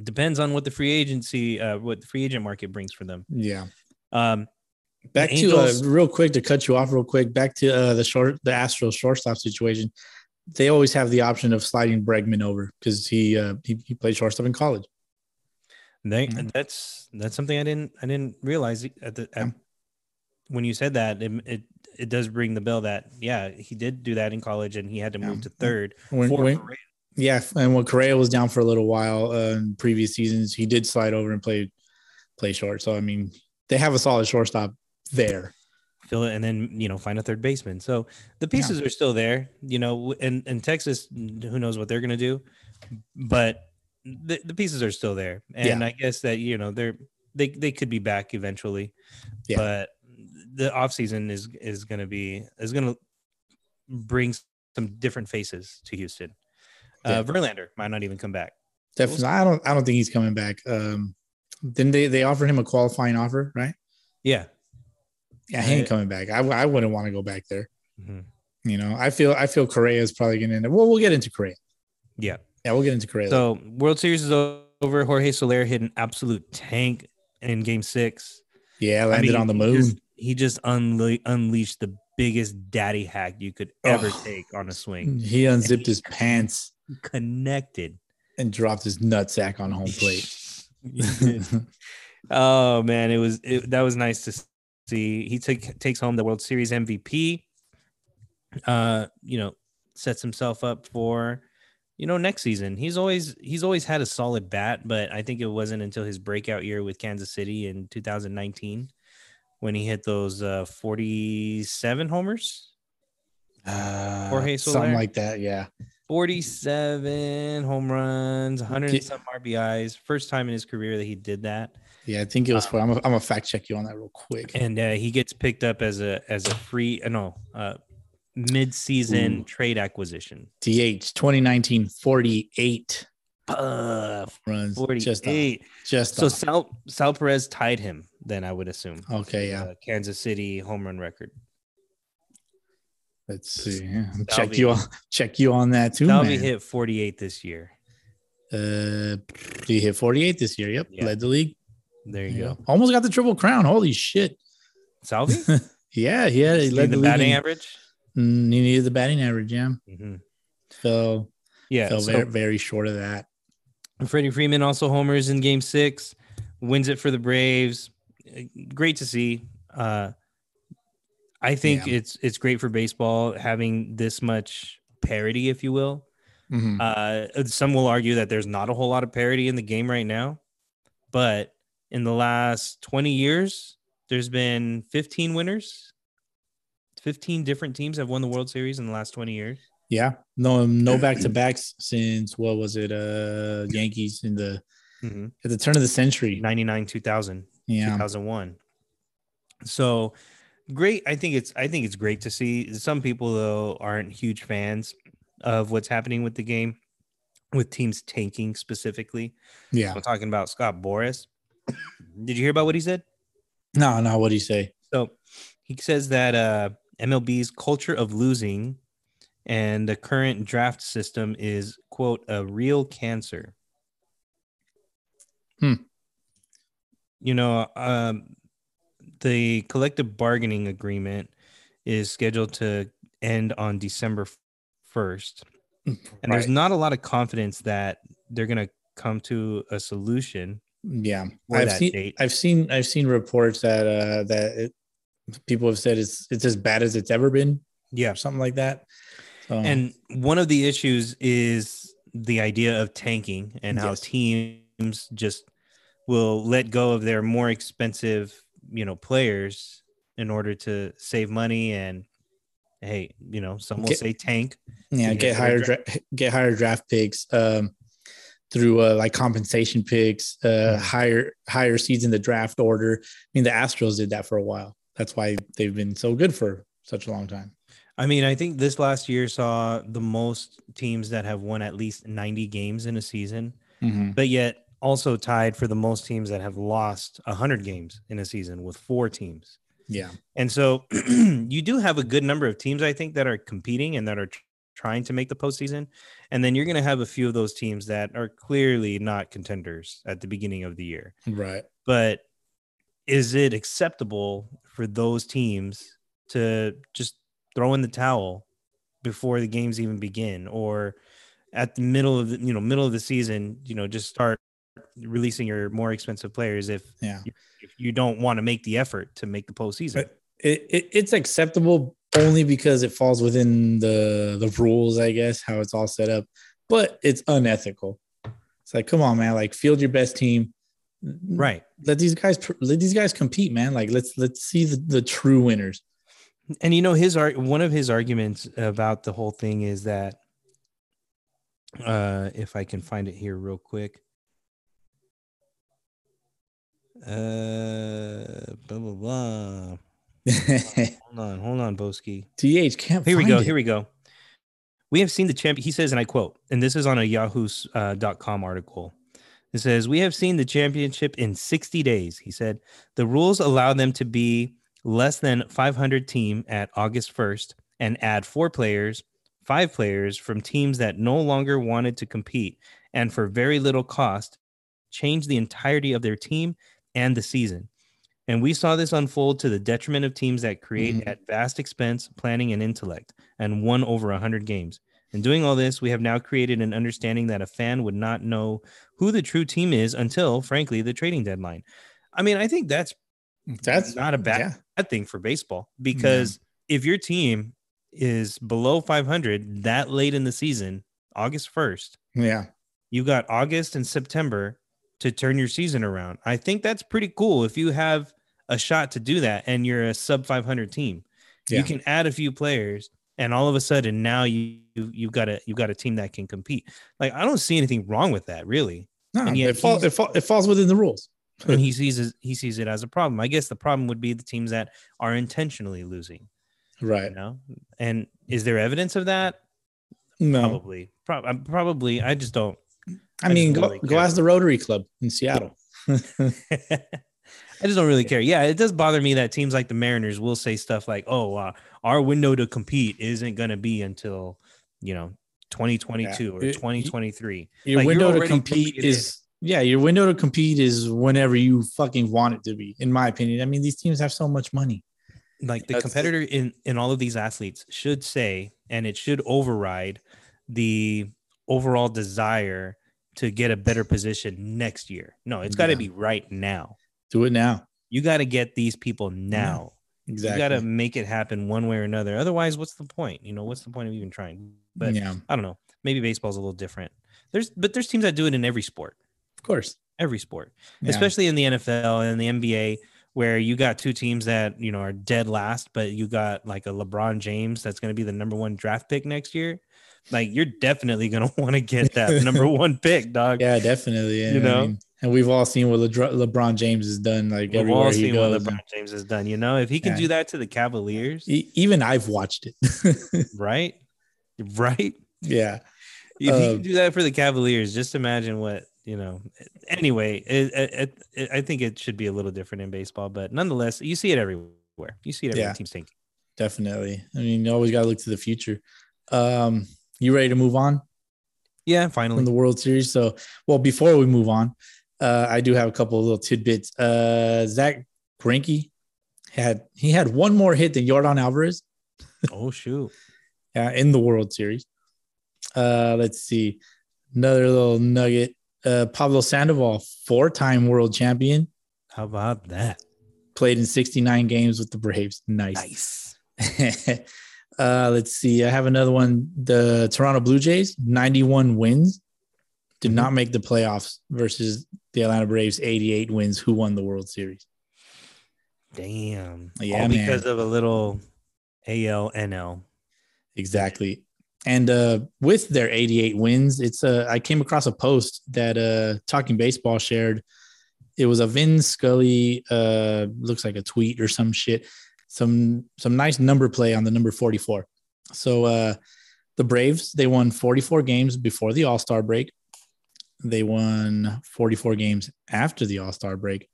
Speaker 3: Depends on what the free agency, uh, what the free agent market brings for them.
Speaker 2: yeah.
Speaker 3: Um,
Speaker 2: Back
Speaker 3: The
Speaker 2: to uh,
Speaker 3: Angels-
Speaker 2: real quick to cut you off real quick. Back to uh, the short the Astros shortstop situation. They always have the option of sliding Bregman over because he, uh, he he played shortstop in college.
Speaker 3: they,
Speaker 2: Mhm.
Speaker 3: that's that's something I didn't I didn't realize at the at, when you said that, it, it it does ring the bell that yeah, he did do that in college, and he had to move
Speaker 2: Yeah.
Speaker 3: to third.
Speaker 2: When,
Speaker 3: for
Speaker 2: when-
Speaker 3: Correa.
Speaker 2: yeah, and when Correa was down for a little while uh, in previous seasons, he did slide over and play play short. So I mean, they have a solid shortstop there.
Speaker 3: fill it and then you know find a third baseman so the pieces are still there you know w- and and texas n- who knows what they're going to do but the, the pieces are still there and i guess that you know they're they, they could be back eventually
Speaker 2: Yeah.
Speaker 3: but the offseason is is going to be is going to bring s- some different faces to houston
Speaker 2: Yeah.
Speaker 3: uh verlander might not even come back
Speaker 2: Definitely, I don't I don't think he's coming back. Um, then they they offered him a qualifying offer, right?
Speaker 3: yeah
Speaker 2: Yeah, he ain't
Speaker 3: Right.
Speaker 2: coming back. I, w- I wouldn't want to go back there.
Speaker 3: Mhm.
Speaker 2: You know, I feel I feel Correa is probably going to end up. Well, we'll get into Correa.
Speaker 3: yeah
Speaker 2: Yeah, we'll get into Correa. later.
Speaker 3: So World Series is o- over. Jorge Soler hit an absolute tank in Game Six.
Speaker 2: yeah,
Speaker 3: I
Speaker 2: landed
Speaker 3: mean,
Speaker 2: on the
Speaker 3: he
Speaker 2: moon.
Speaker 3: just- He just, unle- unleashed the biggest daddy hack you could ever
Speaker 2: Oh.
Speaker 3: take on a swing.
Speaker 2: he unzipped his pants
Speaker 3: Connected.
Speaker 2: and dropped his nutsack on home
Speaker 3: (laughs)
Speaker 2: plate.
Speaker 3: oh man, it was it, that was nice to see. He took takes home the World Series MVP. Uh, you know, sets himself up for you know next season. He's always he's always had a solid bat, but I think it wasn't until his breakout year with Kansas City in 2019 when he hit those uh 47 homers.
Speaker 2: Uh,
Speaker 3: Jorge Soler?
Speaker 2: something like that. Yeah,
Speaker 3: 47 home runs, 100
Speaker 2: Yeah.
Speaker 3: and some RBIs. First time in his career that he did that.
Speaker 2: yeah. I think it was. for, I'm gonna fact check you on that real quick.
Speaker 3: Uh, and uh, he gets picked up as a as a free uh, no uh, mid season
Speaker 2: Ooh.
Speaker 3: trade acquisition.
Speaker 2: DH 2019 48
Speaker 3: Puff,
Speaker 2: runs. Just off,
Speaker 3: forty-eight.
Speaker 2: just uh,
Speaker 3: So
Speaker 2: off.
Speaker 3: Sal Sal Perez tied him. Then I would assume.
Speaker 2: okay. Yeah.
Speaker 3: Uh, Kansas City home run record.
Speaker 2: Let's see. Yeah.
Speaker 3: Salvi.
Speaker 2: Check you on check you on that too.
Speaker 3: Salvi
Speaker 2: man.
Speaker 3: hit forty-eight this year.
Speaker 2: Uh, he hit 48 this year. Yep,
Speaker 3: Yeah.
Speaker 2: led the league.
Speaker 3: There you
Speaker 2: Yep.
Speaker 3: go.
Speaker 2: Almost got the triple crown. Holy shit!
Speaker 3: (laughs) Salvi
Speaker 2: Yeah, yeah. He
Speaker 3: lead
Speaker 2: led
Speaker 3: the
Speaker 2: the,
Speaker 3: batting
Speaker 2: league.
Speaker 3: average.
Speaker 2: in- mm, he needed the batting average. Yeah,
Speaker 3: Mhm.
Speaker 2: so
Speaker 3: Yeah.
Speaker 2: fell
Speaker 3: so-
Speaker 2: very very short of that.
Speaker 3: Freddie Freeman also homers in game six, wins it for the Braves. Uh, Great to see. Uh, I think
Speaker 2: Yeah.
Speaker 3: it's it's great for baseball having this much parity, if you will.
Speaker 2: Mhm.
Speaker 3: Uh, some will argue that there's not a whole lot of parity in the game right now, but in the last 20 years, there's been 15 winners. 15 different teams have won the World Series in the last 20 years.
Speaker 2: Yeah, no um, no back to backs since what was it? Uh, Yankees in the at the turn of the century.
Speaker 3: 99, 2000.
Speaker 2: Yeah,
Speaker 3: 2001. So great. I think it's I think it's great to see. Some people though aren't huge fans of what's happening with the game, with teams tanking specifically.
Speaker 2: yeah.
Speaker 3: I'm talking about Scott Boris. Did you hear about what he said?
Speaker 2: No, no. What do you say?
Speaker 3: So he says that uh, MLB's culture of losing and the current draft system is quote a real cancer.
Speaker 2: Hmm.
Speaker 3: You know, um, the collective bargaining agreement is scheduled to end on December first, and there's
Speaker 2: Mm, Right.
Speaker 3: not a lot of confidence that they're going to come to a solution.
Speaker 2: Yeah,
Speaker 3: for
Speaker 2: I've
Speaker 3: that
Speaker 2: seen
Speaker 3: date.
Speaker 2: I've seen I've seen reports that uh that it, people have said it's it's as bad as it's ever been
Speaker 3: Yeah,
Speaker 2: or something like that. So,
Speaker 3: And one of the issues is the idea of tanking and how
Speaker 2: Yes.
Speaker 3: teams just will let go of their more expensive, you know, players in order to save money and hey, you know, some will
Speaker 2: Get-
Speaker 3: say tank.
Speaker 2: yeah,
Speaker 3: Yeah,
Speaker 2: get
Speaker 3: so
Speaker 2: higher dra- get higher draft picks um, through uh, like compensation picks, uh,
Speaker 3: Mhm.
Speaker 2: higher higher seeds in the draft order. I mean, the Astros did that for a while. That's why they've been so good for such a long time.
Speaker 3: I mean, I think this last year saw the most teams that have won at least 90 games in a season, but yet also tied for the most teams that have lost 100 games in a season with four teams.
Speaker 2: Yeah,
Speaker 3: And so (clears throat) you do have a good number of teams, I think, that are competing and that are tr- trying to make the postseason. And then you're going to have a few of those teams that are clearly not contenders at the beginning of the year.
Speaker 2: right.
Speaker 3: But is it acceptable for those teams to just throw in the towel before the games even begin or at the middle of the, you know, middle of the season, you know, just start releasing your more expensive players if,
Speaker 2: Yeah.
Speaker 3: if you don't want to make the effort to make the postseason.
Speaker 2: But- it, it it's acceptable only because it falls within the the rules, I guess, how it's all set up. But it's unethical. It's like, come on, man! Like, field your best team.
Speaker 3: Right.
Speaker 2: Let these guys pr- let these guys compete, man. Like, let's let's see the, the true winners.
Speaker 3: And you know his art. One of his arguments about the whole thing is that, uh, if I can find it here real quick. Uh, blah blah blah.
Speaker 2: (laughs)
Speaker 3: Hold on, hold on, Boski.
Speaker 2: Th can't.
Speaker 3: Here we
Speaker 2: find
Speaker 3: go.
Speaker 2: it.
Speaker 3: Here we go. We have seen the champion. He says, and I quote, and this is on a Yahoo.com uh, dot com article. It says, We have seen the championship in 60 days. He said, The rules allow them to be less than 500 team at August 1st and add four players, five players from teams that no longer wanted to compete and for very little cost, change the entirety of their team and the season. And we saw this unfold to the detriment of teams that create
Speaker 2: Mhm.
Speaker 3: at vast expense, planning, and intellect, and won over 100 games. In doing all this, we have now created an understanding that a fan would not know who the true team is until, frankly, the trading deadline. I mean, I think that's
Speaker 2: That's
Speaker 3: not a bad
Speaker 2: yeah.
Speaker 3: bad thing for baseball because if your team is below 500 that late in the season, August 1st,
Speaker 2: Yeah.
Speaker 3: you got August and September to turn your season around. I think that's pretty cool if you have a shot to do that and you're a sub 500 team.
Speaker 2: Yeah.
Speaker 3: You can add a few players and all of a sudden now you you- you've got a you've got a team that can compete. Like I don't see anything wrong with that, really.
Speaker 2: No,
Speaker 3: And yet
Speaker 2: it, fall,
Speaker 3: he's-
Speaker 2: it, fall, it falls within the rules.
Speaker 3: And he sees it, he sees it as a problem. I guess the problem would be the teams that are intentionally losing, you
Speaker 2: Right.
Speaker 3: know? And is there evidence of that?
Speaker 2: No.
Speaker 3: Probably. Prob- I'm probably I just don't (laughs)
Speaker 2: I
Speaker 3: I
Speaker 2: mean,
Speaker 3: just
Speaker 2: go,
Speaker 3: really
Speaker 2: go
Speaker 3: care.
Speaker 2: ask the Rotary Club in Seattle.
Speaker 3: I just don't really care. Yeah, it does bother me that teams like the Mariners will say stuff like, "Oh, uh, our window to compete isn't going to be until you know 2022
Speaker 2: Yeah.
Speaker 3: or 2023."
Speaker 2: Your
Speaker 3: Like, you're
Speaker 2: window to
Speaker 3: already
Speaker 2: compete
Speaker 3: booking it in.
Speaker 2: is yeah, your window to compete is whenever you fucking want it to be, in my opinion. I mean, these teams have so much money.
Speaker 3: Like the
Speaker 2: That's-
Speaker 3: competitor in in all of these athletes should say, and it should override the overall desire to get a better position next year. No, it's got to
Speaker 2: Yeah.
Speaker 3: be right now.
Speaker 2: Do it now.
Speaker 3: You got to get these people now.
Speaker 2: Exactly.
Speaker 3: You got to make it happen one way or another. Otherwise, what's the point? You know, what's the point of even trying? But
Speaker 2: yeah,
Speaker 3: I don't know. Maybe baseball's a little different. There's but there's teams that do it in every sport,
Speaker 2: of course.
Speaker 3: every sport,
Speaker 2: Yeah.
Speaker 3: especially in the NFL and the NBA, where you got two teams that you know are dead last, but you got like a LeBron James that's going to be the number one draft pick next year. Like you're definitely (laughs) going to want to
Speaker 2: (laughs)
Speaker 3: get that number one pick, dog.
Speaker 2: yeah, definitely. And,
Speaker 3: You
Speaker 2: I
Speaker 3: know?
Speaker 2: mean, and we've all seen what LeBron, LeBron James has done. Like
Speaker 3: We've
Speaker 2: everywhere
Speaker 3: all
Speaker 2: he
Speaker 3: seen what
Speaker 2: goes,
Speaker 3: LeBron James has done. You know, if he can
Speaker 2: Yeah.
Speaker 3: do that to the Cavaliers,
Speaker 2: E- even I've watched it. (laughs)
Speaker 3: right, right,
Speaker 2: yeah,
Speaker 3: if he
Speaker 2: Um,
Speaker 3: can do that for the Cavaliers, just imagine what you know. Anyway, it, it, it, I think it should be a little different in baseball, but nonetheless, you see it everywhere. You see it everywhere.
Speaker 2: Yeah.
Speaker 3: Teams tanking.
Speaker 2: definitely. I mean, you always got to look to the future. Um, you ready to move on?
Speaker 3: Yeah,
Speaker 2: from
Speaker 3: finally.
Speaker 2: the World Series. So, well, before we move on, uh, I do have a couple of little tidbits. Uh, Zach Greinke had he had one more hit than Jordan Alvarez
Speaker 3: oh shoot!
Speaker 2: uh, in the World Series. Uh, let's see, another little nugget. Uh, Pablo Sandoval, four-time world champion,
Speaker 3: How about that?
Speaker 2: played in 69 games with the Braves. Nice.
Speaker 3: Nice.
Speaker 2: (laughs) uh, let's see. I have another one. The Toronto Blue Jays, 91 wins, did not make the playoffs versus the Atlanta Braves, 88 wins, who won the World Series.
Speaker 3: Damn.
Speaker 2: Yeah,
Speaker 3: All
Speaker 2: man.
Speaker 3: because of a little ALNL.
Speaker 2: Exactly. And uh, with their 88 wins, it's uh, I came across a post that uh, Talking Baseball shared. It was a Vin Scully, uh, looks like a tweet or some shit, some some nice number play on the number 44. So uh, the Braves they won 44 games before the All Star break. They won 44 games after the All Star break,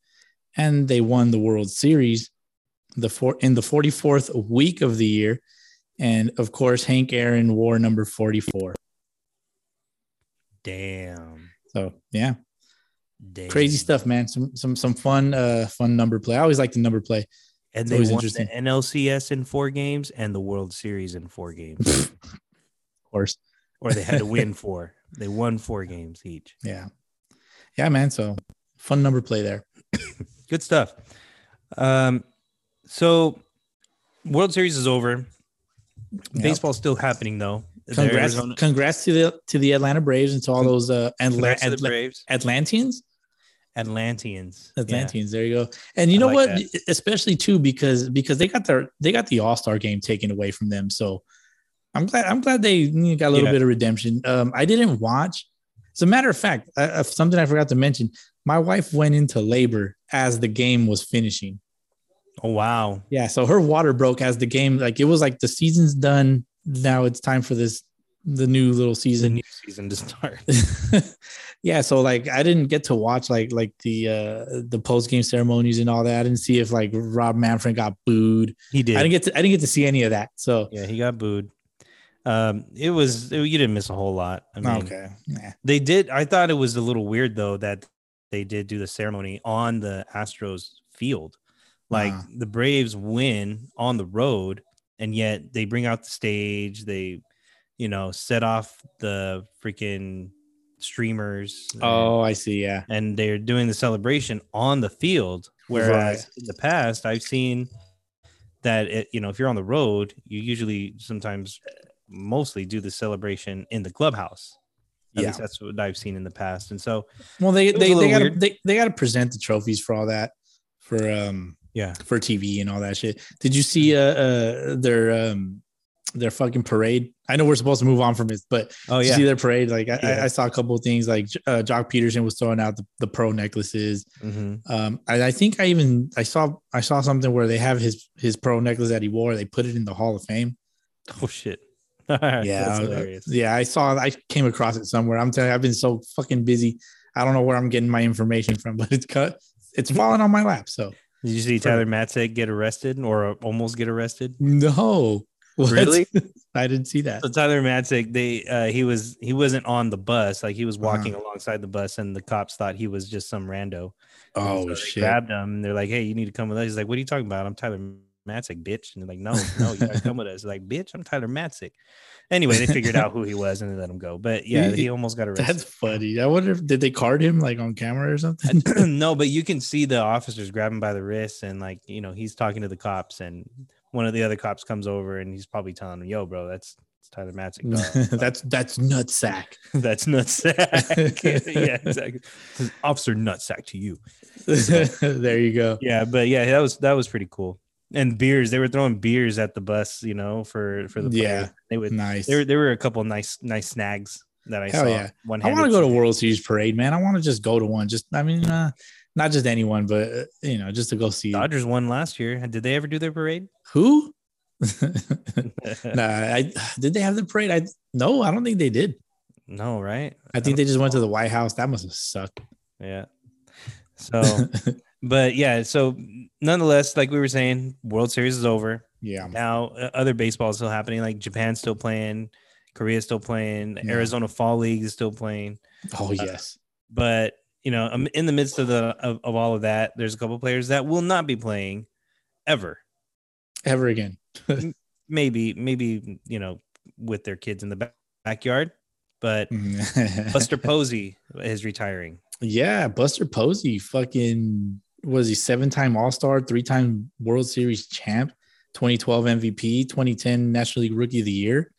Speaker 2: and they won the World Series the four in the 44th week of the year. And of course, Hank Aaron wore number 44.
Speaker 3: Damn.
Speaker 2: So yeah,
Speaker 3: Damn.
Speaker 2: crazy stuff, man. Some some some fun uh fun number play. I always like the number play.
Speaker 3: And
Speaker 2: It's
Speaker 3: they
Speaker 2: always
Speaker 3: won
Speaker 2: interesting.
Speaker 3: the NLCS in four games and the World Series in four games,
Speaker 2: (laughs) Of course.
Speaker 3: or they had to win four. They won four games each.
Speaker 2: Yeah. Yeah, man. So fun number play there.
Speaker 3: good stuff. Um, so World Series is over. Baseball's still happening though. The
Speaker 2: Congrats,
Speaker 3: Arizona-
Speaker 2: congrats to the to the Atlanta Braves and to all those uh, Atla-
Speaker 3: Congrats to the
Speaker 2: Atla-
Speaker 3: Braves.
Speaker 2: Atlanteans.
Speaker 3: Atlanteans. Yeah.
Speaker 2: Atlanteans. There you go. And you know
Speaker 3: I
Speaker 2: what?
Speaker 3: like
Speaker 2: Especially too because because they got their they got the All Star game taken away from them. So I'm glad I'm glad they got a little
Speaker 3: Yeah.
Speaker 2: bit of redemption. Um, I didn't watch. As a matter of fact, I, uh, something I forgot to mention. My wife went into labor as the game was finishing.
Speaker 3: Oh wow.
Speaker 2: Yeah, so her water broke as the game like it was like the season's done. Now it's time for this the new little
Speaker 3: It's a
Speaker 2: season.
Speaker 3: new season to start.
Speaker 2: (laughs) yeah, so like I didn't get to watch like like the uh the post game ceremonies and all that. I didn't see if like Rob Manfred got booed.
Speaker 3: He did.
Speaker 2: I didn't get to I didn't get to see any of that. So
Speaker 3: yeah, he got booed. Um, it was it- you didn't miss a whole lot. I mean,
Speaker 2: Oh, okay. Nah.
Speaker 3: they did. I thought it was a little weird though that they did do the ceremony on the Astros field. Like
Speaker 2: Uh-huh.
Speaker 3: the Braves win on the road, and yet they bring out the stage. They, you know, set off the freaking streamers. and-
Speaker 2: Oh, I see. Yeah.
Speaker 3: and they're doing the celebration on the field. Whereas in the past, I've seen that it, you know if you're on the road, you usually sometimes mostly do the celebration in the clubhouse. At
Speaker 2: Yeah.
Speaker 3: least that's what I've seen in the past. And so
Speaker 2: Well, they
Speaker 3: It was a
Speaker 2: they, they
Speaker 3: little
Speaker 2: gotta
Speaker 3: weird.
Speaker 2: they, they gotta present the trophies for all that for um
Speaker 3: yeah,
Speaker 2: for TV and all that shit. Did you see uh, uh their um their fucking parade? I know we're supposed to move on from it, but
Speaker 3: oh
Speaker 2: did
Speaker 3: yeah,
Speaker 2: you see their parade. Like I, I
Speaker 3: Yeah.
Speaker 2: I saw a couple of things. Like uh, Jock Peterson was throwing out the, the pro necklaces.
Speaker 3: Mhm.
Speaker 2: Um, I, I think I even I saw I saw something where they have his his pro necklace that he wore. They put it in the Hall of Fame.
Speaker 3: oh shit, (laughs) yeah,
Speaker 2: I- yeah. I saw. I came across it somewhere. I'm telling. you, I've been so fucking busy. I don't know where I'm getting my information from, (laughs) but it's cut. It's falling on my lap. So
Speaker 3: Did you see Tyler Matzek get arrested or uh, almost get arrested?
Speaker 2: no, What?
Speaker 3: Really?
Speaker 2: (laughs) I didn't see that.
Speaker 3: (laughs) So Tyler Matzek, they uh, he was he wasn't on the bus, like he
Speaker 2: Uh-huh.
Speaker 3: was walking alongside the bus, and the cops thought he was just some rando. And so
Speaker 2: Oh
Speaker 3: they
Speaker 2: shit!
Speaker 3: Grabbed him. And they're like, "Hey, you need to come with us." He's like, "What are you talking about? I'm Tyler Matzik, bitch." And they're like, "No, no, you gotta come with us." He's like, "Bitch, I'm Tyler Matzik." Anyway, they figured out who he was and they let him go. But
Speaker 2: (laughs)
Speaker 3: yeah, he almost got
Speaker 2: That's
Speaker 3: arrested.
Speaker 2: funny. I wonder if did they card him like on camera or something?
Speaker 3: (clears throat) no, but you can see the officers grab him by the wrists and like you know he's talking to the cops and one of the other cops comes over and he's probably telling him, "Yo, bro, that's." that's Tyler Matzik.
Speaker 2: (laughs)
Speaker 3: dog."
Speaker 2: that's that's nutsack.
Speaker 3: (laughs) That's nutsack. yeah,
Speaker 2: (laughs)
Speaker 3: exactly. This is Officer nutsack to you.
Speaker 2: there you go.
Speaker 3: yeah but yeah that was that was pretty cool and beers they were throwing beers at the bus you know for for the
Speaker 2: Yeah.
Speaker 3: players. they would
Speaker 2: Nice.
Speaker 3: there, there were a couple nice nice snags that i
Speaker 2: Hell
Speaker 3: saw
Speaker 2: yeah.
Speaker 3: one
Speaker 2: I want to go to World Series parade, man. I want to just go to one. Just I mean, uh, not just anyone, but uh, you know, just to go see
Speaker 3: dodgers won last year did they ever do their parade
Speaker 2: who. (laughs) nah, I did they have the parade? I no, I don't think they did.
Speaker 3: (laughs) no right
Speaker 2: I think they just went to the White House. That must have sucked.
Speaker 3: yeah so but yeah so nonetheless like we were saying world series is over
Speaker 2: yeah,
Speaker 3: now uh, other baseball is still happening like japan's still playing korea's still playing
Speaker 2: Yeah.
Speaker 3: arizona fall league is still playing
Speaker 2: Oh yes.
Speaker 3: but you know i'm in the midst of the of, of all of that there's a couple players that will not be playing ever
Speaker 2: Ever again. (laughs)
Speaker 3: maybe maybe you know with their kids in the back, backyard
Speaker 2: (laughs)
Speaker 3: but buster posey is retiring
Speaker 2: Yeah, Buster Posey, fucking was he seven time All Star, three time World Series champ, 2012 MVP, 2010 National League Rookie of the Year,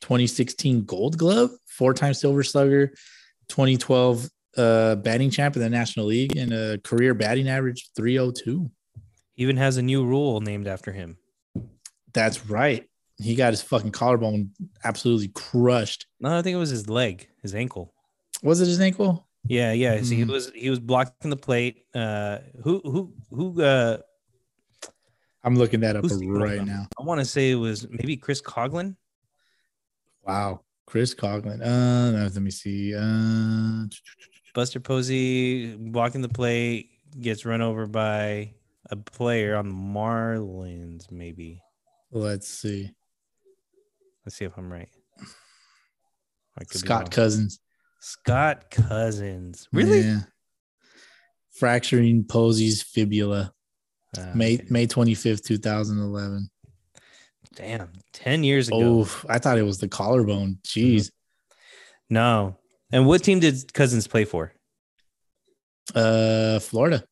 Speaker 2: 2016 Gold Glove, four time Silver Slugger, 2012 uh, batting champ in the National League, and a career batting average 302.
Speaker 3: he even has a new rule named after him
Speaker 2: That's right. He got his fucking collarbone absolutely crushed.
Speaker 3: no i think it was his leg his ankle
Speaker 2: Was it his ankle?
Speaker 3: yeah yeah so he
Speaker 2: Hmm.
Speaker 3: was he was blocking the plate uh who who who uh
Speaker 2: I'm looking that up
Speaker 3: Who's the
Speaker 2: right
Speaker 3: Gold Glove?
Speaker 2: now.
Speaker 3: i want to say it was maybe chris coglin
Speaker 2: Wow. Chris Coughlin. Uh, let me see. Uh,
Speaker 3: Buster Posey blocking the plate gets run over by a player on the Marlins, maybe.
Speaker 2: Let's see.
Speaker 3: Let's see if I'm right. I could be
Speaker 2: Scott
Speaker 3: wrong.
Speaker 2: Cousins.
Speaker 3: Scott Cousins. Really?
Speaker 2: Yeah. Fracturing Posey's fibula.
Speaker 3: Ah,
Speaker 2: May
Speaker 3: okay.
Speaker 2: May 25th, 2011.
Speaker 3: Damn. 10 years ago.
Speaker 2: Oh, I thought it was the collarbone.
Speaker 3: Mm-hmm.
Speaker 2: Jeez.
Speaker 3: No. And what team did Cousins play for?
Speaker 2: Uh Florida.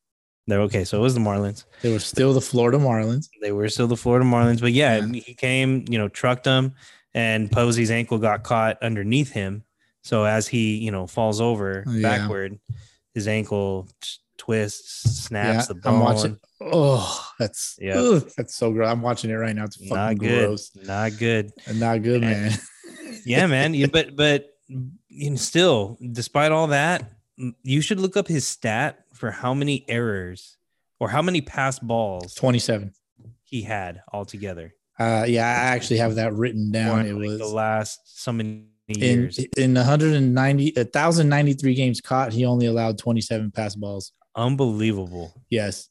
Speaker 3: They're okay. So it was the Marlins.
Speaker 2: They were still the Florida Marlins.
Speaker 3: They were still the Florida Marlins, but yeah,
Speaker 2: Yeah.
Speaker 3: he came, you know, trucked him, and Posey's ankle got caught underneath him. So as he, you know, falls over
Speaker 2: Oh, yeah.
Speaker 3: backward, his ankle t- twists, snaps the bone.
Speaker 2: I'm watching. Oh, that's
Speaker 3: Yeah.
Speaker 2: ugh, that's so gross. I'm watching it right now. It's
Speaker 3: Not
Speaker 2: fucking
Speaker 3: good.
Speaker 2: gross
Speaker 3: Not good.
Speaker 2: and not good,
Speaker 3: Yeah.
Speaker 2: man. (laughs)
Speaker 3: yeah, man. Yeah, but but you know, still, despite all that, m- you should look up his stat for how many errors or how many pass balls
Speaker 2: 27.
Speaker 3: he had altogether.
Speaker 2: Uh, yeah, I actually have that written down. It
Speaker 3: during, like, the
Speaker 2: was
Speaker 3: last so many
Speaker 2: in
Speaker 3: years.
Speaker 2: in 190 1093 games caught. He only allowed 27 pass balls.
Speaker 3: Unbelievable.
Speaker 2: Yes,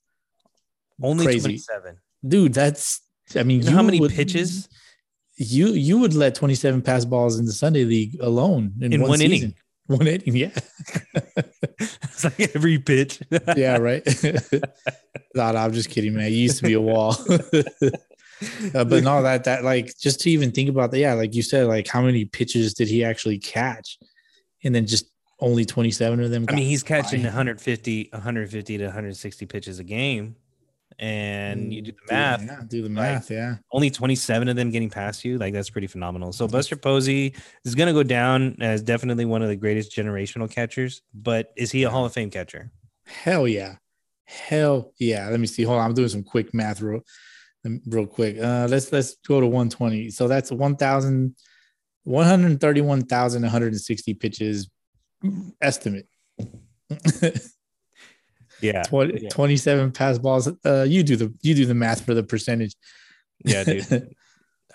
Speaker 3: Only
Speaker 2: Crazy.
Speaker 3: 27.
Speaker 2: dude, that's. I mean,
Speaker 3: You know how many
Speaker 2: would- (laughs)
Speaker 3: pitches (laughs)
Speaker 2: you you would let 27 pass balls in the Sunday league alone in,
Speaker 3: in
Speaker 2: one,
Speaker 3: one
Speaker 2: season.
Speaker 3: inning?
Speaker 2: One inning, (laughs) yeah,
Speaker 3: It's like every pitch. (laughs)
Speaker 2: yeah, right. (laughs) no, no, I'm just kidding, man. It used to be a wall. (laughs) Uh, but no, that that like just to even think about that, yeah, like you said, like how many pitches did he actually catch, and then just only twenty seven of them.
Speaker 3: I mean, he's catching
Speaker 2: Why?
Speaker 3: 150, 150 to 160 pitches a game. And you do the math,
Speaker 2: Mm, yeah, do the math, yeah,
Speaker 3: only 27 of them getting past you. Like that's pretty phenomenal. So Buster Posey is going to go down as definitely one of the greatest generational catchers, but is he a Hall of Fame catcher?
Speaker 2: hell yeah, hell yeah. Let me see. Hold on, I'm doing some quick math real, real quick. Uh, let's let's go to one twenty. So that's one thousand. 131,160 pitches estimate.
Speaker 3: Yeah.
Speaker 2: 20,
Speaker 3: Yeah.
Speaker 2: 27 pass balls. Uh, you do the you do the math for the percentage. (laughs)
Speaker 3: Yeah, dude.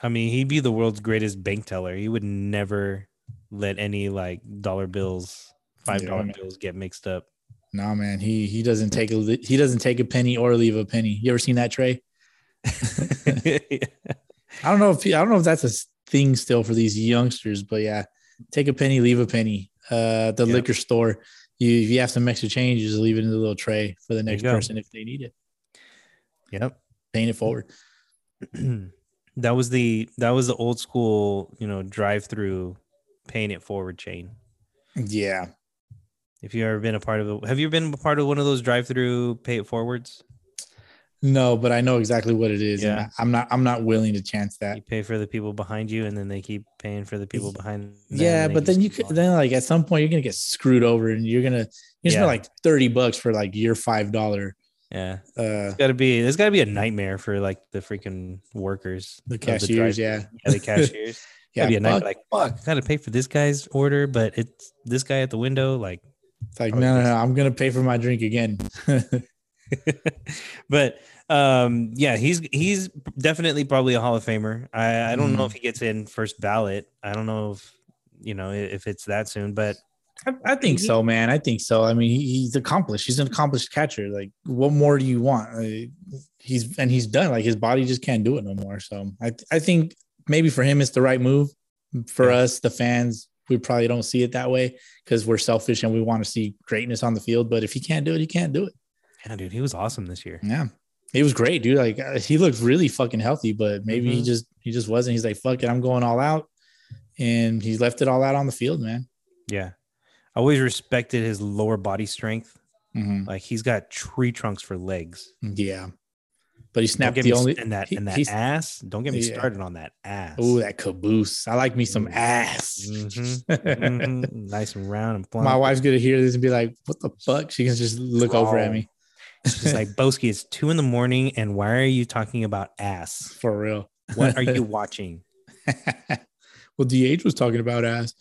Speaker 3: I mean, he'd be the world's greatest bank teller. He would never let any like dollar bills, $5
Speaker 2: Yeah, man.
Speaker 3: bills get mixed up.
Speaker 2: (laughs)
Speaker 3: (laughs)
Speaker 2: No man, he he doesn't take a li- he doesn't take a penny or leave a penny. You ever seen that Trey? I don't know if he- I don't know if that's a s- thing still for these youngsters, but yeah, take a penny, leave a penny. Uh, the
Speaker 3: Yeah.
Speaker 2: liquor store, you if you have some extra change, you just leave it in the little tray for the next
Speaker 3: you go.
Speaker 2: person if they need it.
Speaker 3: Yep. (clears throat)
Speaker 2: Paying it forward.
Speaker 3: that was the that was the old school, you know, drive-through paying it forward chain.
Speaker 2: Yeah,
Speaker 3: If you've ever been a part of it, have you been a part of one of those drive-through pay it forwards?
Speaker 2: no, but I know exactly what it is. and
Speaker 3: Yeah.
Speaker 2: I- I'm not I'm not willing to chance that.
Speaker 3: You pay for the people behind you, and then they keep paying for the people behind. them,
Speaker 2: Yeah,
Speaker 3: and they
Speaker 2: but then
Speaker 3: just
Speaker 2: you
Speaker 3: keep
Speaker 2: could
Speaker 3: going.
Speaker 2: then like at some point you're gonna get screwed over and you're gonna you spend
Speaker 3: Yeah.
Speaker 2: like thirty bucks for like your five dollar
Speaker 3: yeah,
Speaker 2: uh
Speaker 3: it's gotta be there's gotta be a nightmare for like the freaking workers,
Speaker 2: the
Speaker 3: of
Speaker 2: cashiers,
Speaker 3: drive-through.
Speaker 2: yeah.
Speaker 3: yeah, the
Speaker 2: (laughs)
Speaker 3: cashiers. yeah,
Speaker 2: Yeah,
Speaker 3: be a nightmare.
Speaker 2: fuck,
Speaker 3: Like,
Speaker 2: fuck.
Speaker 3: fuck, gotta pay for this guy's order, but it's this guy at the window. Like, (laughs)
Speaker 2: It's like,
Speaker 3: Oh,
Speaker 2: no, no,
Speaker 3: yes.
Speaker 2: no, I'm gonna pay for my drink again.
Speaker 3: but um, yeah, he's he's definitely probably a Hall of Famer. I, I don't
Speaker 2: Mm.
Speaker 3: know if he gets in first ballot. I don't know if you know i- if it's that soon, but
Speaker 2: I, I think so, man. I think so. I mean, he, he's accomplished. He's an accomplished catcher. Like, what more do you want? Uh, he's and he's done. Like his body just can't do it no more. So I, I think maybe for him it's the right move. For
Speaker 3: Yeah.
Speaker 2: us, the fans, we probably don't see it that way because we're selfish and we want to see greatness on the field. But if he can't do it, he can't do it.
Speaker 3: yeah, dude, he was awesome this year.
Speaker 2: Yeah, he was great, dude. Like uh, he looked really fucking healthy, but maybe he
Speaker 3: Mhm.
Speaker 2: just he just wasn't. He's like, fuck it, I'm going all out, and he left it all out on the field, man.
Speaker 3: Yeah. I always respected his lower body strength. Like he's got tree trunks for legs.
Speaker 2: Yeah, but he
Speaker 3: Don't
Speaker 2: snapped
Speaker 3: get
Speaker 2: the
Speaker 3: me
Speaker 2: only
Speaker 3: st- and that
Speaker 2: he-
Speaker 3: and that
Speaker 2: he's-
Speaker 3: ass. Don't get me
Speaker 2: Yeah.
Speaker 3: started on that ass.
Speaker 2: (laughs) Oh, that caboose. I like me some
Speaker 3: Mm-hmm.
Speaker 2: ass.
Speaker 3: Mhm.
Speaker 2: (laughs)
Speaker 3: Mhm. nice and round and plump.
Speaker 2: My wife's gonna hear this and be like, "What the fuck?" She can just look over at
Speaker 3: Wrong.
Speaker 2: me
Speaker 3: She's
Speaker 2: (laughs)
Speaker 3: like, Boski, it's two in the morning, and why are you talking about ass?
Speaker 2: for real. (laughs)
Speaker 3: What are you watching?
Speaker 2: well, DH was talking about ass.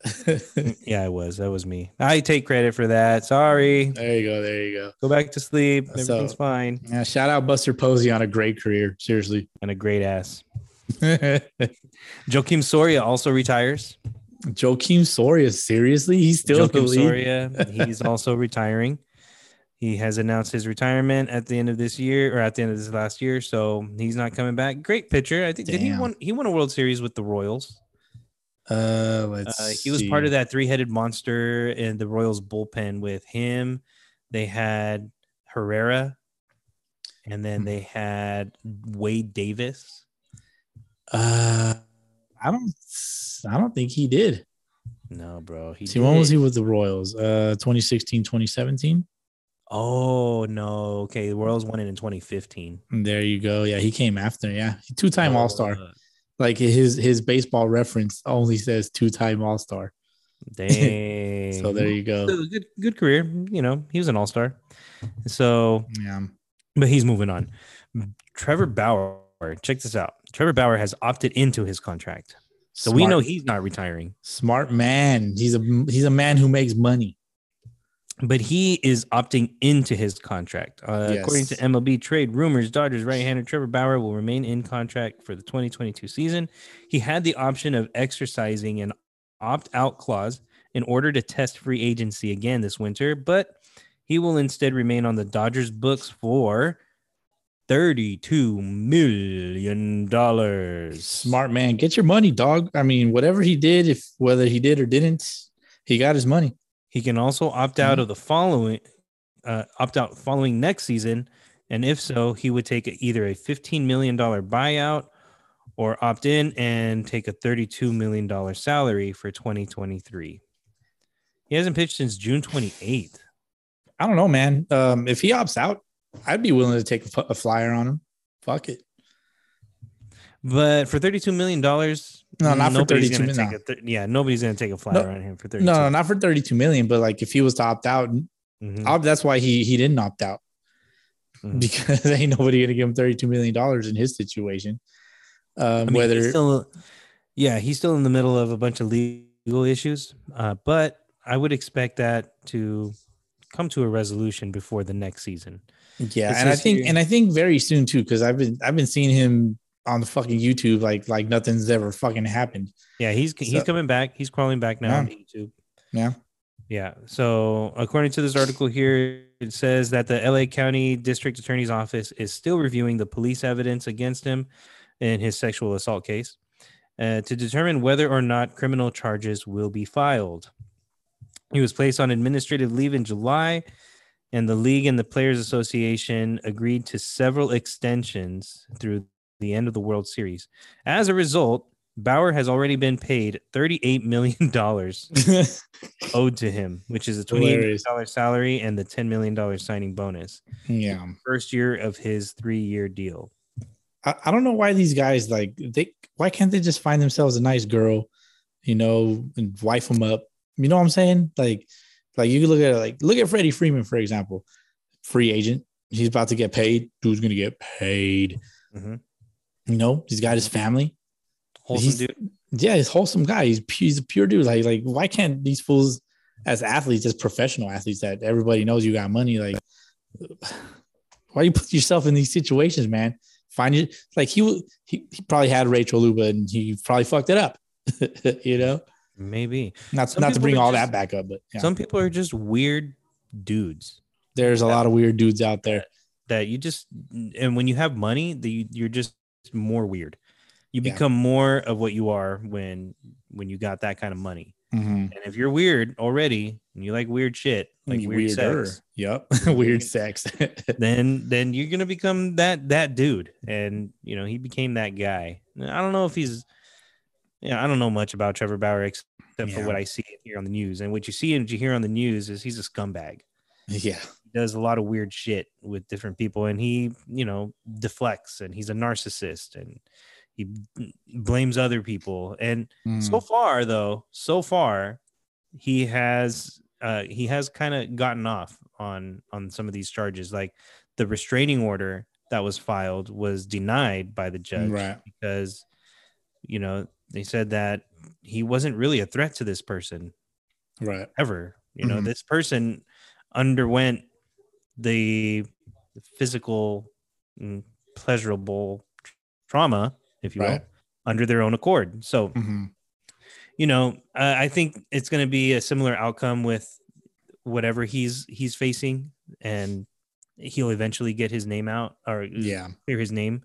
Speaker 2: (laughs) there
Speaker 3: yeah, it was. That was me. I take credit for that. Sorry.
Speaker 2: you go. There you go.
Speaker 3: Go back to sleep.
Speaker 2: So-
Speaker 3: Everything's fine.
Speaker 2: Yeah, shout out Buster Posey on a great career. Seriously. (laughs)
Speaker 3: And a great ass. Joaquim Soria also retires.
Speaker 2: Joakim Soria, seriously, he's still in the
Speaker 3: Joakim
Speaker 2: league?
Speaker 3: Soria. (laughs) He's also retiring. He has announced his retirement at the end of this year or at the end of this last year, so he's not coming back. Great pitcher. I think did he
Speaker 2: Damn.
Speaker 3: won he won a World Series with the Royals.
Speaker 2: Uh, let's
Speaker 3: Uh, he was part of
Speaker 2: that.
Speaker 3: that three-headed monster in the Royals bullpen with him. They had Herrera and then they had Wade Davis.
Speaker 2: Uh, I don't, I don't think he did.
Speaker 3: No, bro. He
Speaker 2: See, when was
Speaker 3: did.
Speaker 2: he with the Royals? Uh, 2016, 2017.
Speaker 3: Oh no. Okay, the Royals won it in 2015.
Speaker 2: There you go. Yeah, he came after. Yeah, two time
Speaker 3: Oh,
Speaker 2: All Star.
Speaker 3: uh,
Speaker 2: Like his his baseball reference only says two time All Star.
Speaker 3: Dang.
Speaker 2: (laughs) So there you go.
Speaker 3: Mm-hmm. So, good good career. You know, he was an all-star. So
Speaker 2: Yeah.
Speaker 3: but he's moving on. Trevor Bauer, check this out. Trevor Bauer has opted into his contract. So we
Speaker 2: Smart-
Speaker 3: know he's not retiring,
Speaker 2: smart man. He's a he's a man who makes money.
Speaker 3: but he is opting into his contract. Uh,
Speaker 2: Yes.
Speaker 3: According to MLB trade rumors, Dodgers right-hander Trevor Bauer will remain in contract for the 2022 season. He had the option of exercising an opt-out clause in order to test free agency again this winter, but he will instead remain on the Dodgers books for 32 million dollars.
Speaker 2: Smart man. Get your money, dog. I mean, whatever he did, if whether he did or didn't, he got his money.
Speaker 3: He can also opt
Speaker 2: Mm-hmm.
Speaker 3: out of the following uh, opt out following next season, and if so, he would take either a fifteen million dollar buyout or opt in and take a thirty two million dollar salary for twenty twenty three. He hasn't pitched since June twenty eighth.
Speaker 2: I don't know, man. Um, if he opts out, I'd be willing to take a, fu- a flyer on him. Fuck it.
Speaker 3: But for thirty two million dollars,
Speaker 2: No, not for $32 million,
Speaker 3: take a thir- yeah, nobody's gonna take a flyer
Speaker 2: No.
Speaker 3: on him for thirty two.
Speaker 2: No, no, not for 32 million, but like if he was to opt out,
Speaker 3: Mm-hmm.
Speaker 2: Mm-hmm. ob- that's why he he didn't opt out
Speaker 3: Mhm.
Speaker 2: because (laughs) ain't nobody gonna give him 32 million dollars in his situation. Um,
Speaker 3: I mean,
Speaker 2: whether
Speaker 3: he's still, yeah, he's still in the middle of a bunch of legal issues, uh, but I would expect that to come to a resolution before the next season.
Speaker 2: Yeah,
Speaker 3: It's
Speaker 2: and I
Speaker 3: just
Speaker 2: think
Speaker 3: you-
Speaker 2: and I think very soon too, because I've been I've been seeing him on the fucking YouTube like like nothing's ever fucking happened. (laughs)
Speaker 3: Yeah, he's he's
Speaker 2: So-
Speaker 3: coming back. He's crawling back now
Speaker 2: Yeah.
Speaker 3: on YouTube.
Speaker 2: Yeah.
Speaker 3: Yeah. So according to this article here, it says that the LA County District Attorney's Office is still reviewing the police evidence against him in his sexual assault case uh, to determine whether or not criminal charges will be filed. He was placed on administrative leave in July, and the league and the Players Association agreed to several extensions through the end of the World Series. As a result, Bauer has already been paid $38 million owed to him, which is a $28 million
Speaker 2: Hilarious.
Speaker 3: salary and the $10 million signing bonus.
Speaker 2: yeah,
Speaker 3: First year of his three year deal.
Speaker 2: I, I don't know why these guys like they why can't they just find themselves a nice girl, you know, and wife them up. You know what I'm saying? Like, like you can look at it, like look at Freddie Freeman for example, free agent. He's about to get paid. Dude's gonna get paid.
Speaker 3: Mhm.
Speaker 2: You know, he's got his family.
Speaker 3: Wholesome
Speaker 2: He's-
Speaker 3: dude.
Speaker 2: yeah, he's a wholesome guy. He's pu- he's a pure dude. Like like why can't these fools as athletes, as professional athletes that everybody knows you got money, like (sighs) why you put yourself in these situations, man? Find it like he wa- he, he probably had Rachel Luba and he probably fucked it up. (laughs) you know,
Speaker 3: Maybe.
Speaker 2: not
Speaker 3: Some
Speaker 2: not to
Speaker 3: people
Speaker 2: bring
Speaker 3: are
Speaker 2: all that
Speaker 3: just-
Speaker 2: back up, but yeah.
Speaker 3: Some people are just weird dudes
Speaker 2: there's a lot of weird dudes out there.
Speaker 3: that you just, and when you have money, that you, you're just more weird. You
Speaker 2: Yeah.
Speaker 3: become more of what you are when when you got that kind of money.
Speaker 2: Mhm.
Speaker 3: And if you're weird already and you like weird shit, like weird
Speaker 2: Weirder.
Speaker 3: sex,
Speaker 2: Yep. (laughs) weird sex.
Speaker 3: then then you're gonna become that that dude and you know he became that guy i don't know if he's you know i don't know much about trevor bauer except for
Speaker 2: Yeah.
Speaker 3: what i see here on the news and what you see and what you hear on the news is he's a scumbag
Speaker 2: (laughs) yeah.
Speaker 3: he does a lot of weird shit with different people and he you know deflects and he's a narcissist and he b- blames other people and so
Speaker 2: Mm.
Speaker 3: far though so far he has uh he has kind of gotten off on on some of these charges like the restraining order that was filed was denied by the judge
Speaker 2: Right.
Speaker 3: because you know they said that he wasn't really a threat to this person
Speaker 2: Right.
Speaker 3: ever you know
Speaker 2: Mhm.
Speaker 3: this person underwent the physical mm, pleasurable trauma if you
Speaker 2: Right.
Speaker 3: will under their own accord so
Speaker 2: Mhm.
Speaker 3: you know, uh, I think it's going to be a similar outcome with whatever he's he's facing, and he'll eventually get his name out or
Speaker 2: Yeah.
Speaker 3: clear his name.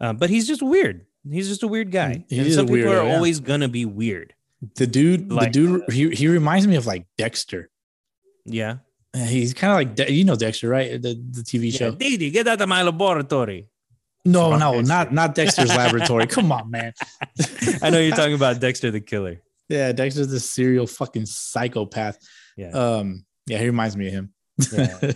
Speaker 3: Uh, but he's just weird. He's just a weird guy.
Speaker 2: He
Speaker 3: and
Speaker 2: is
Speaker 3: some
Speaker 2: a
Speaker 3: people
Speaker 2: weirdo,
Speaker 3: are
Speaker 2: yeah.
Speaker 3: always gonna be weird.
Speaker 2: The dude, the
Speaker 3: Like-
Speaker 2: dude, he, he reminds me of like Dexter.
Speaker 3: Yeah.
Speaker 2: Uh, He's kind of like De- you know Dexter, right? The the TV
Speaker 3: yeah.
Speaker 2: show.
Speaker 3: Didi, get out of my
Speaker 2: (laughs)
Speaker 3: laboratory.
Speaker 2: no,
Speaker 3: Wrong
Speaker 2: no,
Speaker 3: Dexter.
Speaker 2: not not
Speaker 3: (laughs)
Speaker 2: Dexter's Laboratory. Come on, man.
Speaker 3: I know you're talking about Dexter the Killer.
Speaker 2: yeah, Dexter's the serial fucking psychopath.
Speaker 3: Yeah.
Speaker 2: Um. Yeah, he reminds me of him.
Speaker 3: Yeah.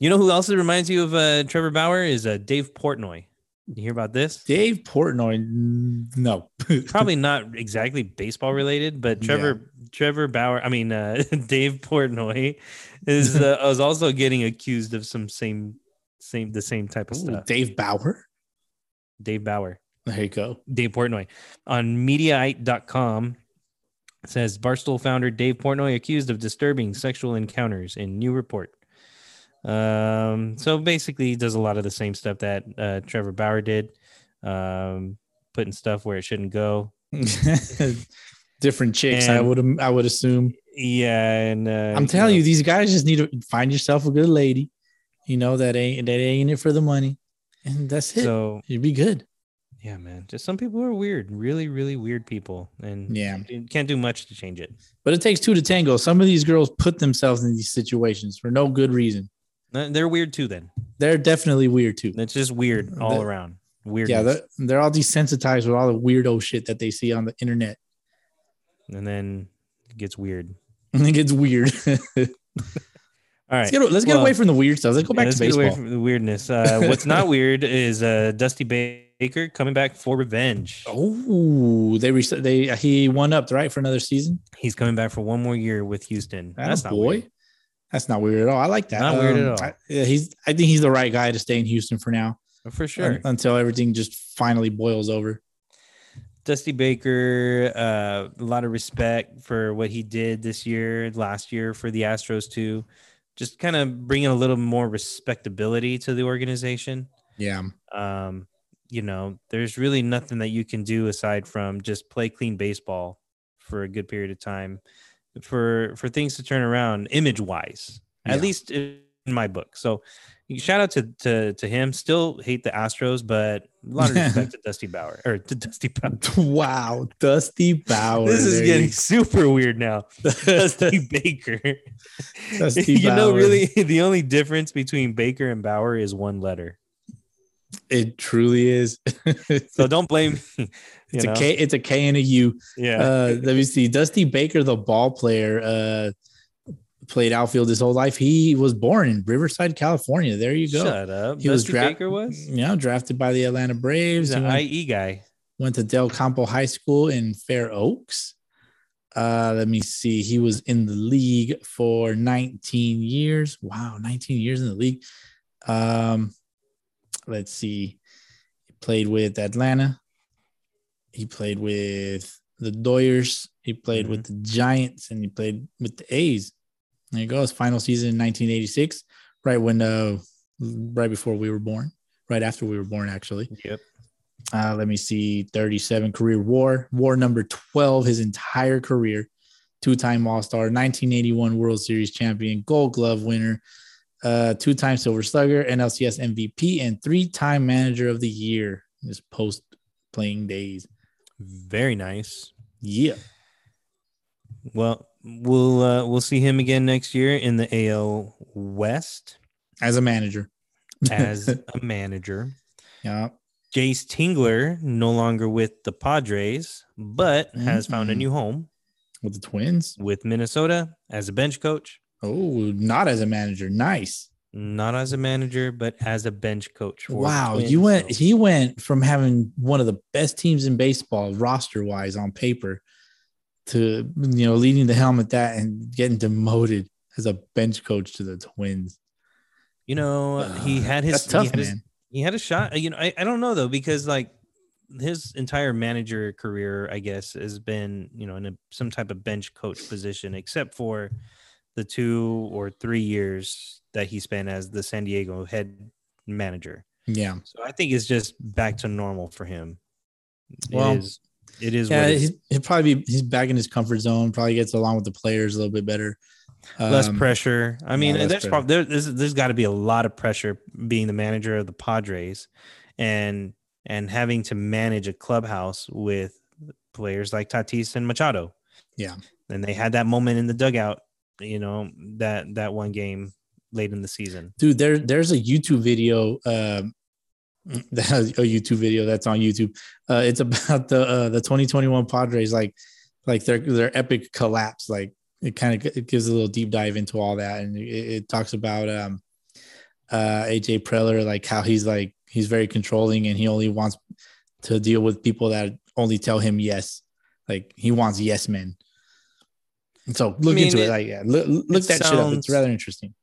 Speaker 3: You know who else reminds you of uh, Trevor Bauer is uh, Dave Portnoy. You hear about this?
Speaker 2: (laughs) Dave Portnoy, n- no.
Speaker 3: Probably not exactly baseball related, but Trevor Trevor Bauer, I mean uh, (laughs) Dave Portnoy,
Speaker 2: (laughs)
Speaker 3: is uh, was also getting accused of some same same the same type of
Speaker 2: Ooh,
Speaker 3: stuff.
Speaker 2: Dave Bauer.
Speaker 3: Dave Bauer.
Speaker 2: There you go. (laughs)
Speaker 3: Dave Portnoy on Mediaite.com says Barstool founder Dave Portnoy accused of disturbing sexual encounters in new report. Um, so basically, he does a lot of the same stuff that uh, Trevor Bauer did, um, putting stuff where it shouldn't go.
Speaker 2: Different chicks, I
Speaker 3: And-
Speaker 2: would I would assume.
Speaker 3: Yeah, and uh,
Speaker 2: I'm telling
Speaker 3: know,
Speaker 2: you, these guys just need to find yourself a good lady. You know that ain't that ain't it for the money, and that's it.
Speaker 3: So
Speaker 2: You'd be good.
Speaker 3: yeah, man, just some people are weird, really, really weird people, and
Speaker 2: Yeah,
Speaker 3: you can't do much to change it.
Speaker 2: but it takes two to tango. Some of these girls put themselves in these situations for no good reason.
Speaker 3: Uh, They're weird too. Then
Speaker 2: They're definitely weird too.
Speaker 3: it's just weird all
Speaker 2: The-
Speaker 3: around. Weird.
Speaker 2: Uh, Yeah, they're, they're all desensitized with all the weirdo shit that they see on the internet. (laughs)
Speaker 3: and then it gets weird.
Speaker 2: I think it's weird. (laughs) let's
Speaker 3: All right.
Speaker 2: get, let's get
Speaker 3: Well,
Speaker 2: away from the weird stuff. Let's go
Speaker 3: yeah,
Speaker 2: back
Speaker 3: let's
Speaker 2: to
Speaker 3: get away
Speaker 2: baseball.
Speaker 3: from the weirdness. Uh, what's
Speaker 2: (laughs)
Speaker 3: not weird is uh, Dusty Baker coming back for revenge.
Speaker 2: Oh, they re- they he won up right for another season.
Speaker 3: He's coming back for one more year with Houston.
Speaker 2: That's
Speaker 3: not
Speaker 2: boy.
Speaker 3: weird.
Speaker 2: That's not weird at all. I like that. Um,
Speaker 3: Not weird at all.
Speaker 2: I, yeah, he's I think he's the right guy to stay in Houston for now.
Speaker 3: for sure.
Speaker 2: un- until everything just finally boils over.
Speaker 3: Dusty Baker, uh, a lot of respect for what he did this year, last year for the Astros too. Just kind of bringing a little more respectability to the organization.
Speaker 2: Yeah.
Speaker 3: um, you know, there's really nothing that you can do aside from just play clean baseball for a good period of time for for things to turn around image wise, at
Speaker 2: Yeah.
Speaker 3: least in my book. So shout out to to to him. Still hate the Astros, but a lot of respect to Dusty Bauer or to Dusty Bauer.
Speaker 2: (laughs) Wow, Dusty Bauer.
Speaker 3: This is
Speaker 2: there (laughs)
Speaker 3: getting super weird now.
Speaker 2: you-
Speaker 3: Dusty Baker.
Speaker 2: Dusty
Speaker 3: (laughs) you know,
Speaker 2: Bauer.
Speaker 3: really, the only difference between Baker and Bauer is one letter.
Speaker 2: it truly is. (laughs) it's
Speaker 3: So don't blame. me, (laughs) you
Speaker 2: a
Speaker 3: know?
Speaker 2: K. It's a K and a U.
Speaker 3: Yeah.
Speaker 2: Uh, let me see. Dusty Baker, the ball player, uh, played outfield his whole life. He was born in Riverside, California. There you go.
Speaker 3: Shut up.
Speaker 2: He was
Speaker 3: Dusty
Speaker 2: dra-
Speaker 3: Baker was?
Speaker 2: Yeah, drafted by the Atlanta Braves.
Speaker 3: He's
Speaker 2: He
Speaker 3: an
Speaker 2: went-
Speaker 3: IE guy.
Speaker 2: went to Del Campo High School in Fair Oaks. Uh, let me see. He was in the league for 19 years. Wow, 19 years in the league. Um, let's see. He played with Atlanta. He played with the Doyers. He played with the Giants, and he played with the A's. There you go. His final season in 1986, right when uh, right before we were born, right after we were born, actually.
Speaker 3: Yep.
Speaker 2: Uh, let me see 37 career war, war number 12, his entire career, two time All Star, 1981 World Series champion, gold glove winner, uh, two time Silver Slugger, NLCS MVP, and three time manager of the year in his post playing days.
Speaker 3: Very nice.
Speaker 2: Yeah.
Speaker 3: Well, we'll uh, we'll see him again next year in the AL
Speaker 2: (laughs)
Speaker 3: West
Speaker 2: As a manager.
Speaker 3: as a manager.
Speaker 2: yeah.
Speaker 3: Jace Tingler no longer with the Padres, but has found a
Speaker 2: Mm.
Speaker 3: new home
Speaker 2: With the Twins.
Speaker 3: with Minnesota as a bench coach.
Speaker 2: Oh, not as a manager. Nice.
Speaker 3: Not as a manager, but as a bench coach. for
Speaker 2: Wow.
Speaker 3: Twins.
Speaker 2: You went, he went from having one of the best teams in baseball roster wise on paper to, you know, leading the helm at that and getting demoted as a bench coach to the Twins.
Speaker 3: You know, he had his
Speaker 2: Ah, That's
Speaker 3: he
Speaker 2: tough,
Speaker 3: had his-
Speaker 2: man.
Speaker 3: he had a shot. You know, I, I don't know though, because like his entire manager career, I guess, has been, you know, in a, some type of bench coach position, except for the two or three years that he spent as the San Diego head manager.
Speaker 2: Yeah.
Speaker 3: So I think it's just back to normal for him.
Speaker 2: Well,
Speaker 3: it is, it is
Speaker 2: Yeah.
Speaker 3: what it is.
Speaker 2: He's, he'll probably be, he's back in his comfort zone, probably gets along with the players a little bit better.
Speaker 3: less
Speaker 2: Um,
Speaker 3: pressure. I mean,
Speaker 2: yeah, less
Speaker 3: there's
Speaker 2: pressure.
Speaker 3: probably there, there's, there's got to be a lot of pressure being the manager of the Padres, and and having to manage a clubhouse with players like Tatis and Machado.
Speaker 2: Yeah.
Speaker 3: and they had that moment in the dugout. You know that that one game late in the season.
Speaker 2: dude there there's a youtube video um (laughs) that has a youtube video that's on youtube uh it's (laughs) about the uh the 2021 padres like like their their epic collapse like it kind of it gives a little deep dive into all that and it, it talks about um uh, AJ Preller, like how he's like he's very controlling and he only wants to deal with people that only tell him yes. Like he wants yes men. And so look
Speaker 3: mean,
Speaker 2: into it.
Speaker 3: it-
Speaker 2: Like yeah, look, look
Speaker 3: it
Speaker 2: that shit up.
Speaker 3: sounds-
Speaker 2: It's rather interesting.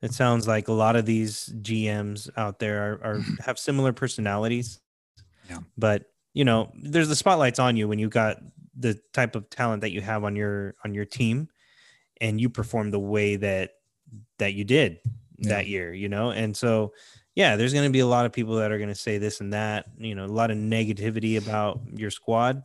Speaker 3: It sounds like a lot of these GMs out there are, are have similar personalities.
Speaker 2: Mm-hmm. Yeah.
Speaker 3: But you know, there's the spotlights on you when you got the type of talent that you have on your on your team, and you perform the way that that you did
Speaker 2: Yeah.
Speaker 3: that year. You know, and so yeah, there's going to be a lot of people that are going to say this and that. You know, a lot of negativity about your squad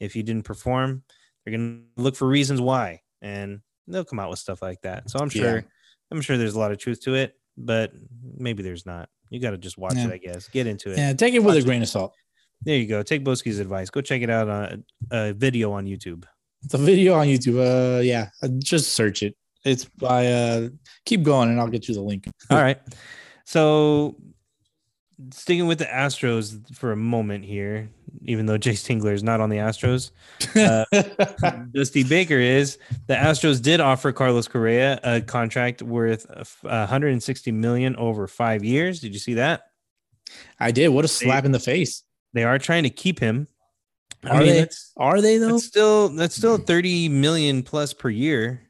Speaker 3: if you didn't perform. They're going to look for reasons why, and they'll come out with stuff like that. So I'm
Speaker 2: Yeah.
Speaker 3: sure. I'm sure there's a lot of truth to it, but maybe there's not. You got to just watch
Speaker 2: Yeah.
Speaker 3: it, I guess. Get into it.
Speaker 2: Yeah, take it with
Speaker 3: Watch
Speaker 2: a
Speaker 3: it.
Speaker 2: grain of salt.
Speaker 3: There you go. Take Boski's advice. Go check it out on a video on
Speaker 2: (laughs)
Speaker 3: YouTube.
Speaker 2: It's a video on YouTube. Uh, yeah, uh, just search it. It's by uh, keep going and I'll get you the link.
Speaker 3: All right. So, sticking with the Astros for a moment here, even though Jay Stingler is not on the Astros,
Speaker 2: (laughs)
Speaker 3: Uh, Dusty Baker is. The Astros did offer Carlos Correa a contract worth uh, 160 million over five years. Did you see that?
Speaker 2: I did. What a slap in the face.
Speaker 3: They are trying to keep him. I
Speaker 2: Are
Speaker 3: mean,
Speaker 2: they?
Speaker 3: that's-
Speaker 2: Are they though?
Speaker 3: That's still that's still 30 million plus per year.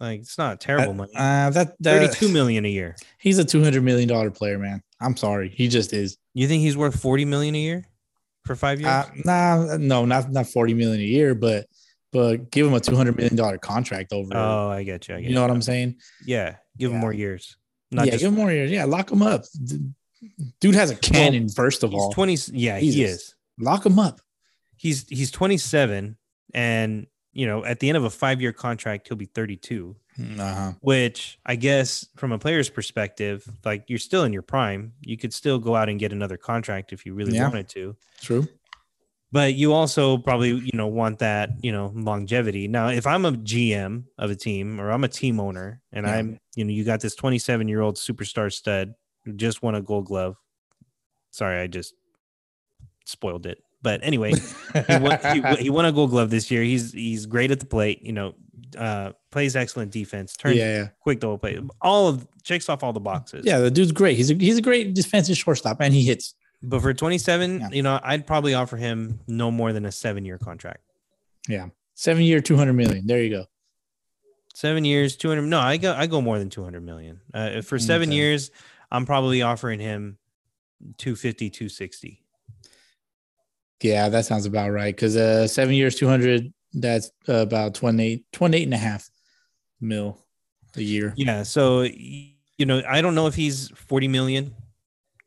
Speaker 3: Like it's not terrible money.
Speaker 2: Uh, that, that
Speaker 3: 32 million a year.
Speaker 2: He's a two hundred million dollar player, man. I'm sorry, he just is.
Speaker 3: You think he's worth 40 million a year for 5 years?
Speaker 2: Uh, nah, no, not not forty million a year, but but give him a two hundred million dollar contract over.
Speaker 3: oh, I get you. I get
Speaker 2: you know what I'm saying?
Speaker 3: Yeah, give him
Speaker 2: Yeah.
Speaker 3: more years. Not
Speaker 2: yeah,
Speaker 3: just
Speaker 2: give him more years. Yeah, lock him up. D- Dude has a cannon. first of all,
Speaker 3: he's 20 yeah, he
Speaker 2: Jesus.
Speaker 3: is.
Speaker 2: lock him up.
Speaker 3: He's he's 27 and you know, at the end of a 5-year contract he'll be 32,
Speaker 2: Uh-huh.
Speaker 3: which I guess from a player's perspective, like you're still in your prime, you could still go out and get another contract if you really
Speaker 2: Yeah.
Speaker 3: wanted to.
Speaker 2: True.
Speaker 3: but you also probably you know want that you know longevity now if i'm a gm of a team or i'm a team owner and
Speaker 2: Yeah.
Speaker 3: i'm you know you got this 27 year old superstar stud who just won a gold glove sorry i just spoiled it but anyway (laughs) he won,
Speaker 2: (laughs)
Speaker 3: he, won- he won a gold glove this year he's he's great at the plate you know uh plays excellent defense
Speaker 2: yeah,
Speaker 3: turns
Speaker 2: yeah,
Speaker 3: quick double play all of checks off all the boxes
Speaker 2: yeah. The dude's great. He's a he's a great defensive shortstop, and he hits.
Speaker 3: but for 27
Speaker 2: Yeah.
Speaker 3: you know i'd probably offer him no more than a seven year contract
Speaker 2: Seven year, two hundred million. There you go.
Speaker 3: Seven years, two hundred. No, I go. I go more than two hundred million. Uh, for seven
Speaker 2: Okay.
Speaker 3: years, I'm probably offering him 250, 260.
Speaker 2: Yeah, that sounds about right. Because uh, seven years, 200, that's about 28, 28 and a half mil a year.
Speaker 3: Yeah. So y- you know, I don't know if he's forty million.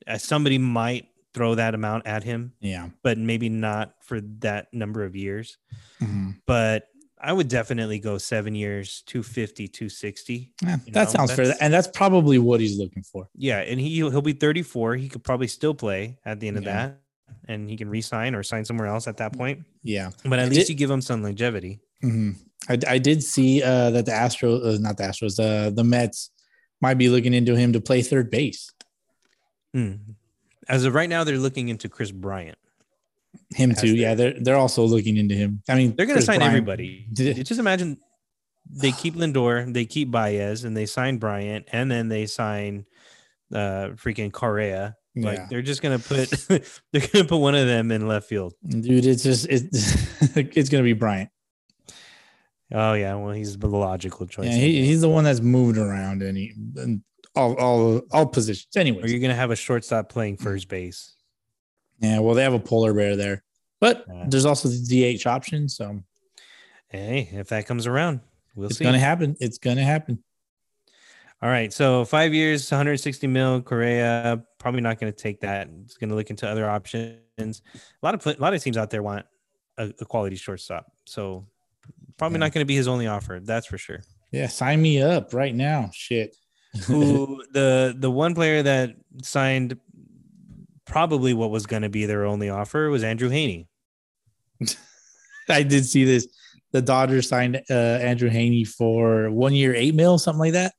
Speaker 3: Uh, somebody might throw that amount at him,
Speaker 2: Yeah.
Speaker 3: but maybe not for that number of years.
Speaker 2: Mhm.
Speaker 3: But I would definitely go seven years, 250, 260.
Speaker 2: Yeah,
Speaker 3: You
Speaker 2: that
Speaker 3: know,
Speaker 2: sounds fair.
Speaker 3: that's-
Speaker 2: And that's probably what he's looking for.
Speaker 3: Yeah, and he he'll be 34. He could probably still play at the end of Mm.
Speaker 2: Yeah.
Speaker 3: that, and he can re-sign or sign somewhere else at that point.
Speaker 2: Yeah.
Speaker 3: But at
Speaker 2: I
Speaker 3: least
Speaker 2: did-
Speaker 3: you give them some longevity.
Speaker 2: Mhm. I, I did see uh, that the Astros, uh, not the Astros, uh, the Mets might be looking into him to play third base Hmm.
Speaker 3: Mm. As of right now, they're looking into Chris Bryant.
Speaker 2: him
Speaker 3: As
Speaker 2: too
Speaker 3: they-
Speaker 2: yeah they're they're also looking into him i mean
Speaker 3: They're going
Speaker 2: Chris
Speaker 3: to sign
Speaker 2: Bryant- (laughs)
Speaker 3: everybody.
Speaker 2: Did-
Speaker 3: Just imagine they keep Lindor, they keep Baez, and they sign Bryant, and then they sign uh freaking Correa. Like
Speaker 2: Yeah.
Speaker 3: they're just going to put (laughs) they're going to put one of them in left field.
Speaker 2: dude it's just it's (laughs) it's gonna be bryant
Speaker 3: Oh yeah, well he's the logical choice.
Speaker 2: yeah he, he's the one that's moved around and he and all all all positions anyway
Speaker 3: Are you going to have a shortstop playing first base?
Speaker 2: Yeah, well, they have a polar bear there, but
Speaker 3: Yeah.
Speaker 2: there's also the DH option, so
Speaker 3: Hey, if that comes around, we'll
Speaker 2: it's
Speaker 3: see.
Speaker 2: gonna happen. It's gonna happen.
Speaker 3: All right, so five years, 160 mil. Correa probably not going to take that. It's going to look into other options. A lot of pla- a lot of teams out there want a, a quality shortstop, so probably
Speaker 2: Yeah.
Speaker 3: not going to be his only offer. That's for (laughs) sure.
Speaker 2: Yeah, sign me up right now. Shit.
Speaker 3: Who the the one player that signed probably what was going to be their only offer was Andrew Haney.
Speaker 2: I did see this. The Dodgers signed uh, Andrew Haney for one year, eight mil, something like that.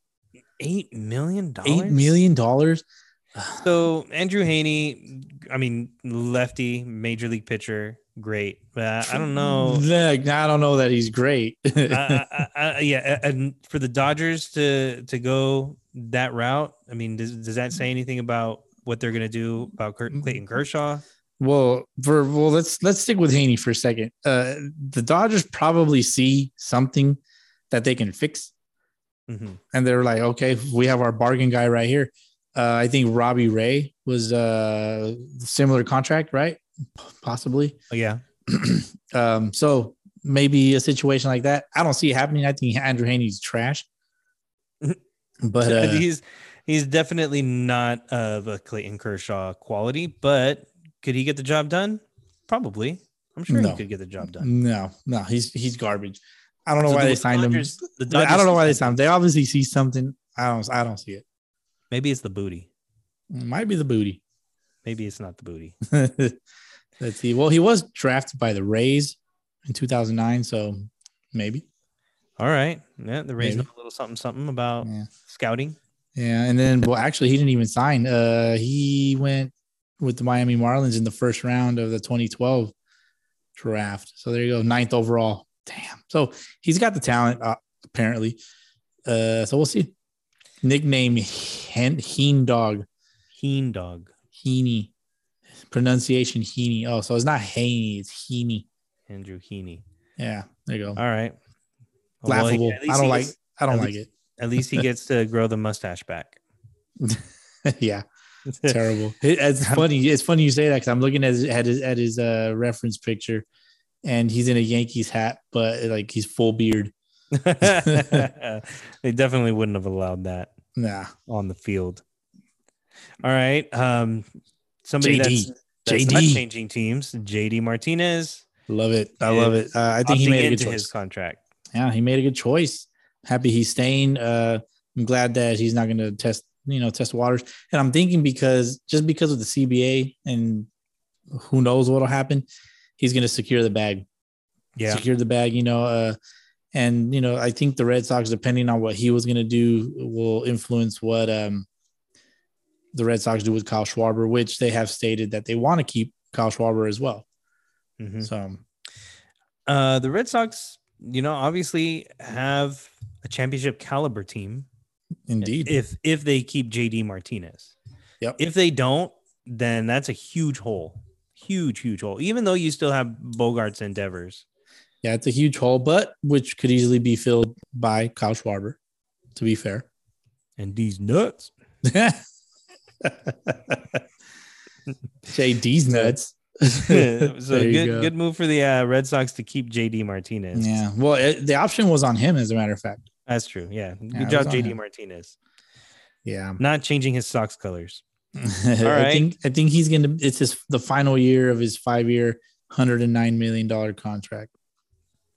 Speaker 3: Eight million dollars.
Speaker 2: Eight million dollars.
Speaker 3: So Andrew Haney, I mean, lefty major league pitcher, great. Uh, I don't know.
Speaker 2: Look, I don't know that he's great.
Speaker 3: I, I, I, yeah, and for the Dodgers to to go that route, I mean, does, does that say anything about what they're going to do about Kurt, Clayton Kershaw?
Speaker 2: Well, for well, let's let's stick with Haney for a second. Uh, the Dodgers probably see something that they can fix,
Speaker 3: hmm
Speaker 2: and they're like, okay, we have our bargain guy right here. Uh, I think Robbie Ray was uh, similar contract, right? P- Possibly. (clears throat)
Speaker 3: Oh, yeah,
Speaker 2: um, so maybe a situation like that. I don't see it happening. I think Andrew Haney's
Speaker 3: (laughs)
Speaker 2: trash. But uh,
Speaker 3: he's he's definitely not of a Clayton Kershaw quality. But could he get the job done? Probably. I'm sure
Speaker 2: No. Mm-hmm.
Speaker 3: he could get the job done.
Speaker 2: no, no, he's he's garbage. I don't know
Speaker 3: So
Speaker 2: why
Speaker 3: the
Speaker 2: they signed
Speaker 3: Dodgers- the
Speaker 2: him. I
Speaker 3: Dodgers-
Speaker 2: don't know why they signed him. They obviously see something. I don't. I don't see it.
Speaker 3: Maybe it's the booty.
Speaker 2: Might be the booty. (laughs)
Speaker 3: Maybe it's not the booty.
Speaker 2: Let's see. Well, he was drafted by the Rays in 2009, so maybe.
Speaker 3: All right. Yeah, the Rays
Speaker 2: Maybe.
Speaker 3: know a little something something about
Speaker 2: Yeah.
Speaker 3: scouting.
Speaker 2: Yeah, and then well, actually, he didn't even sign. Uh, he went with the Miami Marlins in the first round of the 2012 draft. So there you go, ninth overall. Damn. So he's got the talent uh, apparently. Uh, so we'll see. Nickname Hen- Heen Dog
Speaker 3: Heen dog.
Speaker 2: Heaney. Pronunciation Heaney. Oh, so it's not Haney, it's Heaney.
Speaker 3: Andrew Heaney.
Speaker 2: Yeah, there you go.
Speaker 3: All right. Well, he-
Speaker 2: Laughable.
Speaker 3: at least
Speaker 2: I
Speaker 3: he
Speaker 2: don't like.
Speaker 3: gets-
Speaker 2: I don't
Speaker 3: at
Speaker 2: like
Speaker 3: At least he gets to grow the mustache
Speaker 2: (laughs)
Speaker 3: back. (laughs)
Speaker 2: it. (laughs) yeah. terrible. It- (laughs) It's funny. It's funny you say that because I'm looking at his, at his at his uh, reference picture, and he's in a Yankees hat, but like he's full beard.
Speaker 3: they definitely wouldn't have allowed that
Speaker 2: Nah,
Speaker 3: on the field. All right. Um,
Speaker 2: JD.
Speaker 3: somebody that's, that's
Speaker 2: JD.
Speaker 3: not changing teams. JD Martinez.
Speaker 2: love it. I
Speaker 3: Yeah.
Speaker 2: love it. Uh, I think he
Speaker 3: opting
Speaker 2: made a good
Speaker 3: into his
Speaker 2: choice.
Speaker 3: contract.
Speaker 2: Yeah, he made a good choice. Happy he's staying. Uh, I'm glad that he's not going to test you know test waters. And I'm thinking because just because of the CBA and who knows what'll happen, he's going to secure the bag.
Speaker 3: Yeah.
Speaker 2: secured the bag, you know. Uh, and you know, I think the Red Sox, depending on what he was going to do, will influence what um, the Red Sox do with Kyle Schwarber, which they have stated that they want to keep Kyle Schwarber as well.
Speaker 3: Mhm.
Speaker 2: So
Speaker 3: Uh, the Red Sox, you know, obviously have a championship caliber team.
Speaker 2: indeed,
Speaker 3: If if they keep JD Martinez.
Speaker 2: Yep.
Speaker 3: If they don't, then that's a huge hole. Huge, huge hole. Even though you still have Bogart's endeavors.
Speaker 2: yeah, it's a huge hole, but which could easily be filled by Kyle Schwarber. To be fair, (laughs)
Speaker 3: And these nuts. (laughs)
Speaker 2: JD's nuts.
Speaker 3: so
Speaker 2: There you
Speaker 3: good
Speaker 2: go.
Speaker 3: good move for the uh, Red Sox to keep JD Martinez.
Speaker 2: Yeah, well, it, the option was on him, as a matter of fact.
Speaker 3: That's true. Yeah. Good
Speaker 2: Yeah, it
Speaker 3: job,
Speaker 2: was on
Speaker 3: JD
Speaker 2: him.
Speaker 3: Martinez.
Speaker 2: (laughs) Yeah,
Speaker 3: Not changing his socks colors.
Speaker 2: I
Speaker 3: right.
Speaker 2: think I think he's gonna. It's his the final year of his five year, hundred and nine million dollar contract.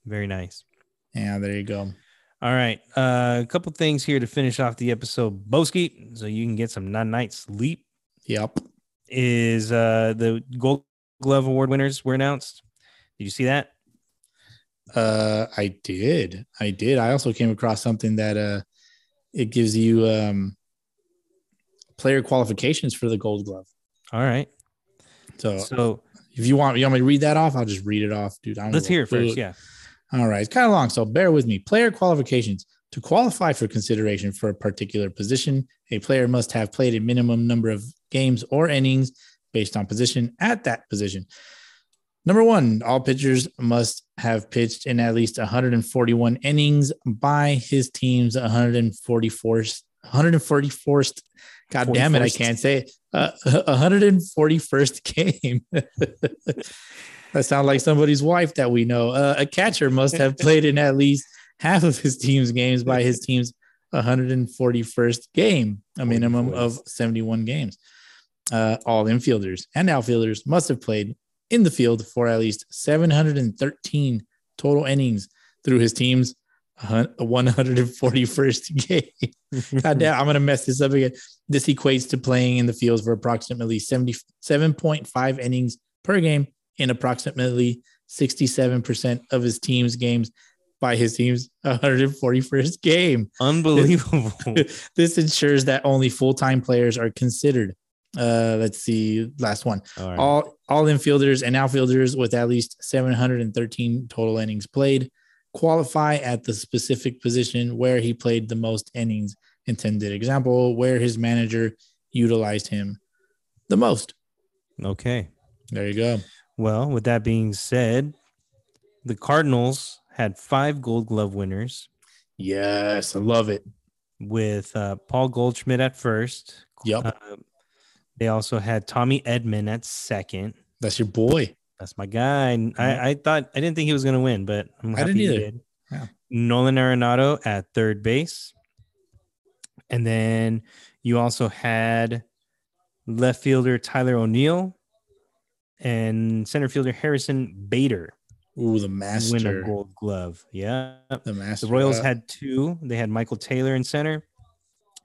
Speaker 3: Very nice.
Speaker 2: Yeah, there you go.
Speaker 3: All right. Uh, a couple things here to finish off the episode, Boski, so you can get some non night sleep.
Speaker 2: Yep.
Speaker 3: Is uh, the Gold Glove Award winners were announced. Did you see that?
Speaker 2: Uh, I did. I did. I also came across something that uh, it gives you um, player qualifications for the Gold Glove.
Speaker 3: All right.
Speaker 2: So,
Speaker 3: So
Speaker 2: if you want, you want me to read that off? I'll just read it off, dude. I don't
Speaker 3: let's
Speaker 2: give a
Speaker 3: hear it first.
Speaker 2: fuck.
Speaker 3: Yeah.
Speaker 2: All right. It's kind of long, so bear with me. Player qualifications. To qualify for consideration for a particular position, a player must have played a minimum number of games or innings based on position at that position. Number one, all pitchers must have pitched in at least 141 innings by his team's 144th, 144th. God damn it, I
Speaker 3: 41st.
Speaker 2: can't say it. Uh, (laughs) 141st game. (laughs) that sounds like somebody's wife that we know. Uh, a catcher must have played in at least half of his team's games by his team's 141st game, a minimum of 71 games. Uh, all infielders and outfielders must have played in the field for at least 713 total innings through his team's 141st (laughs) game. God damn, I'm going to mess this up again. This equates to playing in the field for approximately 77.5 innings per game in approximately 67% of his team's games by his team's 141st game.
Speaker 3: (laughs) Unbelievable.
Speaker 2: (laughs) This ensures that only full time players are considered. Uh, let's see, last one.
Speaker 3: All right.
Speaker 2: All all infielders and outfielders with at least 713 total innings played qualify at the specific position where he played the most innings intended. Example where his manager utilized him the most.
Speaker 3: okay.
Speaker 2: There you go.
Speaker 3: Well, with that being said, the Cardinals had five Gold Glove winners
Speaker 2: Yes, I love it.
Speaker 3: with uh, Paul Goldschmidt at first.
Speaker 2: Yep.
Speaker 3: Uh, they also had Tommy Edmond at second.
Speaker 2: That's your boy.
Speaker 3: That's my guy. And I, I thought I didn't think he was going to win, but I'm
Speaker 2: I
Speaker 3: happy
Speaker 2: didn't
Speaker 3: he
Speaker 2: either.
Speaker 3: did.
Speaker 2: Yeah.
Speaker 3: Nolan Arenado at third base, and then you also had left fielder Tyler O'Neill and center fielder Harrison Bader
Speaker 2: Ooh, the
Speaker 3: win a
Speaker 2: master.
Speaker 3: Gold Glove. Yeah,
Speaker 2: The master.
Speaker 3: the Royals
Speaker 2: Uh,
Speaker 3: had two. They had Michael Taylor in center,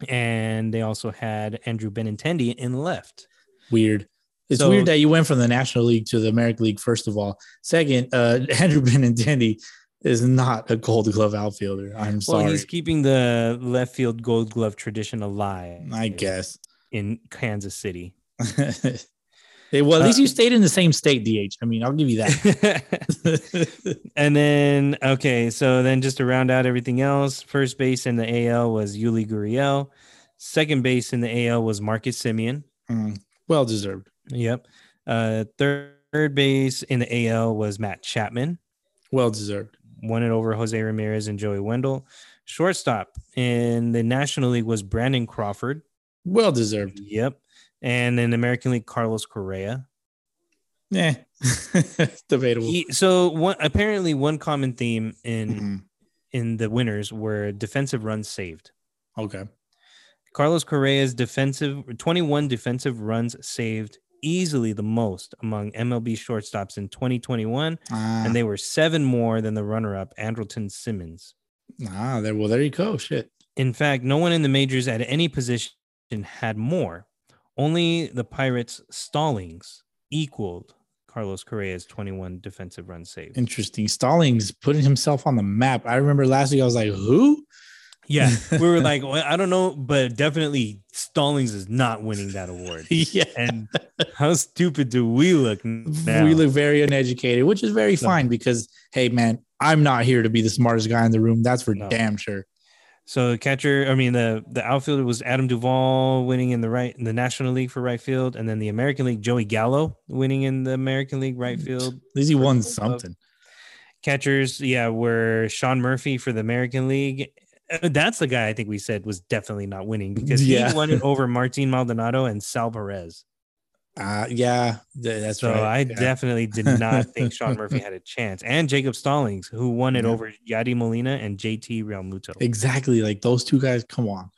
Speaker 3: and they also had Andrew Benintendi in left.
Speaker 2: weird. It's
Speaker 3: So-
Speaker 2: weird that you went from the National League to the American League, first of all. Second, uh, (laughs) Andrew Benintendi is not a gold glove outfielder. I'm
Speaker 3: Well,
Speaker 2: sorry.
Speaker 3: he's keeping the left field Gold Glove tradition alive.
Speaker 2: I guess. (laughs)
Speaker 3: in Kansas City.
Speaker 2: Hey, well, at least
Speaker 3: Uh,
Speaker 2: you stayed in the same state, DH. I mean, I'll give you
Speaker 3: (laughs)
Speaker 2: that.
Speaker 3: and then, okay, so then just to round out everything else, first base in the AL was Yuli Gurriel. Second base in the AL was Marcus Simeon.
Speaker 2: Mm, well deserved.
Speaker 3: Yep. Uh, third base in the AL was Matt Chapman.
Speaker 2: Well deserved.
Speaker 3: Won it over Jose Ramirez and Joey Wendell. Shortstop in the National League was Brandon Crawford.
Speaker 2: Well deserved.
Speaker 3: Yep. And in the American League, Carlos Correa.
Speaker 2: Yeah. Eh. (laughs) Debatable.
Speaker 3: He, so one apparently one common theme in
Speaker 2: Mhm.
Speaker 3: in the winners were defensive runs saved.
Speaker 2: Okay.
Speaker 3: Carlos Correa's defensive 21 defensive runs saved easily the most among MLB shortstops in 2021
Speaker 2: Ah,
Speaker 3: and they were 7 more than the runner-up Andrelton Simmons.
Speaker 2: ah, there. Well, there you go. Shit.
Speaker 3: In fact, no one in the majors at any position had more. Only the Pirates Stallings equaled Carlos Correa's 21 defensive runs saved.
Speaker 2: Interesting. Stallings putting himself on the map. I remember last week I was like, who? (laughs)
Speaker 3: Yeah, we were like, well, I don't know, but definitely Stallings is not winning that award.
Speaker 2: yeah.
Speaker 3: And how stupid do we look now?
Speaker 2: We look very uneducated, which is very
Speaker 3: No.
Speaker 2: fine because, hey, man, I'm not here to be the smartest guy in the room. That's for
Speaker 3: No.
Speaker 2: damn sure.
Speaker 3: so the catcher, I mean the the outfielder was Adam Duvall winning in the right in the National League for right field, and then the American League Joey Gallo winning in the American League right field.
Speaker 2: At least he won
Speaker 3: Gold Glove.
Speaker 2: something.
Speaker 3: Catchers, yeah, were Sean Murphy for the American League. Uh, That's the guy I think we said was definitely not winning because
Speaker 2: Yeah.
Speaker 3: he won
Speaker 2: (laughs)
Speaker 3: it over Martin Maldonado and Sal Perez.
Speaker 2: Uh, yeah, th- that's
Speaker 3: so
Speaker 2: right.
Speaker 3: I
Speaker 2: yeah.
Speaker 3: definitely did
Speaker 2: (laughs)
Speaker 3: not think Sean Murphy had a chance, and Jacob Stallings, who won it
Speaker 2: Yeah.
Speaker 3: over Yadi Molina and JT Realmuto.
Speaker 2: exactly like those two guys. Come on,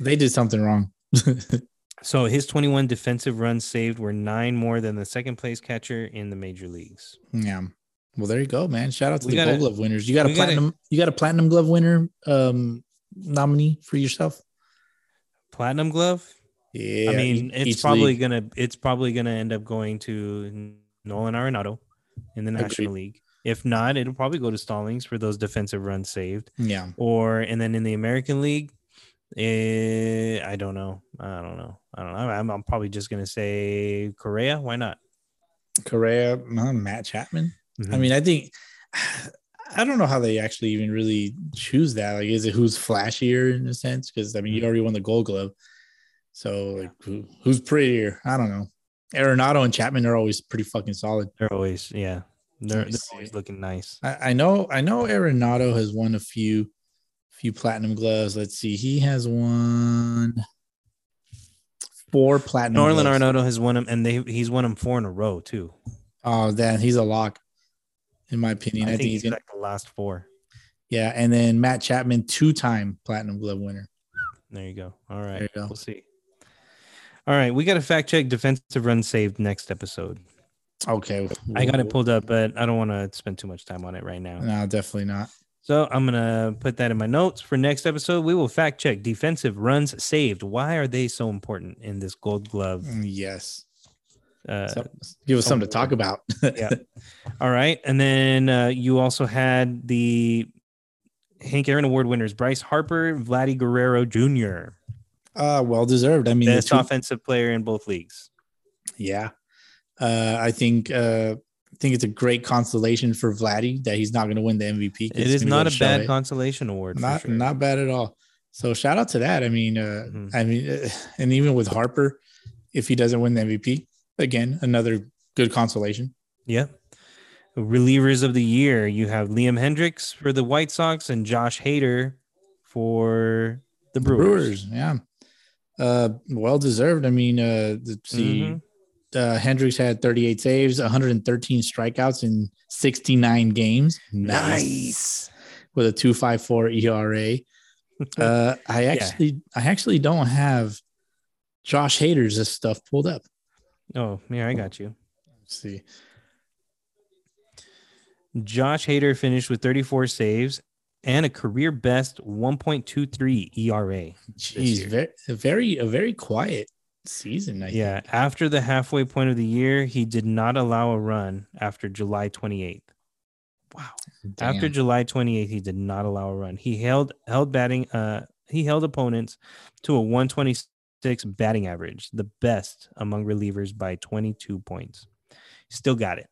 Speaker 2: they did something wrong.
Speaker 3: So his 21 defensive runs saved were nine more than the second place catcher in the major leagues.
Speaker 2: Yeah. Well, there you go, man. Shout out to
Speaker 3: We
Speaker 2: the
Speaker 3: gotta-
Speaker 2: Gold Glove winners. You got a
Speaker 3: we gotta-
Speaker 2: platinum. you got a platinum glove winner um, nominee for yourself.
Speaker 3: Platinum Glove.
Speaker 2: Yeah,
Speaker 3: I mean,
Speaker 2: each-
Speaker 3: it's
Speaker 2: each
Speaker 3: probably
Speaker 2: league.
Speaker 3: gonna it's probably gonna end up going to Nolan Arenado in the
Speaker 2: Agreed.
Speaker 3: National League. If not, it'll probably go to Stallings for those defensive runs saved.
Speaker 2: yeah.
Speaker 3: Or and then in the American League, eh, I don't know. I don't know. I don't know. I'm, I'm probably just gonna say Correa. Why not?
Speaker 2: Correa, uh, Matt Chapman. I
Speaker 3: Mhm.
Speaker 2: mean, I think I don't know how they actually even really choose that. Like, is it who's flashier in a sense? Because I mean, you already won the Gold Glove, so like, who, who's prettier? I don't know. Arenado and Chapman are always pretty fucking solid.
Speaker 3: they're always yeah, they're,
Speaker 2: Let me
Speaker 3: they're
Speaker 2: see.
Speaker 3: always looking nice.
Speaker 2: I, I know. I know. Arenado has won a few, few platinum gloves. Let's see. He has won four platinum.
Speaker 3: Norlin
Speaker 2: gloves.
Speaker 3: Arnato has won him, and they he's won him four in a row too.
Speaker 2: Oh, then he's a lock, in my opinion. I, think he's gonna.
Speaker 3: like the last four.
Speaker 2: Yeah, and then Matt Chapman, two-time Platinum Glove winner.
Speaker 3: There you go. All right,
Speaker 2: you go.
Speaker 3: we'll see. All right, we got to fact check defensive run saved next episode.
Speaker 2: Okay,
Speaker 3: I got it pulled up, but I don't want to spend too much time on it right now.
Speaker 2: No, definitely not.
Speaker 3: So I'm gonna put that in my notes for next episode. We will fact check defensive runs saved. Why are they so important in this Gold Glove?
Speaker 2: Mm, Yes,
Speaker 3: Uh,
Speaker 2: So- give us something to talk about.
Speaker 3: Yeah. All right. And then uh, you also had the Hank Aaron Award winners Bryce Harper, Vladdy Guerrero Jr.
Speaker 2: Uh, well deserved. I mean, the
Speaker 3: Best
Speaker 2: two-
Speaker 3: offensive player in both leagues.
Speaker 2: yeah. Uh, I think uh, I think it's a great consolation for Vladdy that he's not going to win the MVP. 'cause
Speaker 3: It
Speaker 2: it's
Speaker 3: is
Speaker 2: gonna go
Speaker 3: not
Speaker 2: to
Speaker 3: a bad
Speaker 2: Shohei.
Speaker 3: consolation award. for
Speaker 2: not
Speaker 3: sure.
Speaker 2: not bad at all. So shout out to that. I mean, uh,
Speaker 3: Mhm.
Speaker 2: I mean, uh, and even with Harper, if he doesn't win the MVP again, another good consolation.
Speaker 3: Yeah. Relievers of the year, you have Liam Hendricks for the White Sox and Josh Hader for the Brewers.
Speaker 2: Brewers, yeah, uh, well deserved. I mean, uh, the, see,
Speaker 3: Mhm.
Speaker 2: uh, Hendricks had 38 saves, 113 strikeouts in 69 games.
Speaker 3: Nice.
Speaker 2: With a 2.54
Speaker 3: (laughs)
Speaker 2: ERA. E Uh, I actually, I actually don't have Josh Hader's this stuff pulled up.
Speaker 3: Oh, yeah, I got you.
Speaker 2: Let's see,
Speaker 3: Josh Hader finished with 34 saves and a career best 1.23 ERA.
Speaker 2: jeez,
Speaker 3: year.
Speaker 2: very, very, a very quiet season. I
Speaker 3: Yeah, after the halfway point of the year, he did not allow a run after July 28th. Wow.
Speaker 2: think.
Speaker 3: After
Speaker 2: Damn.
Speaker 3: July 28th, he did not allow a run. He held held batting uh he held opponents to a 126 batting average, the best among relievers by 22 points. Still got it.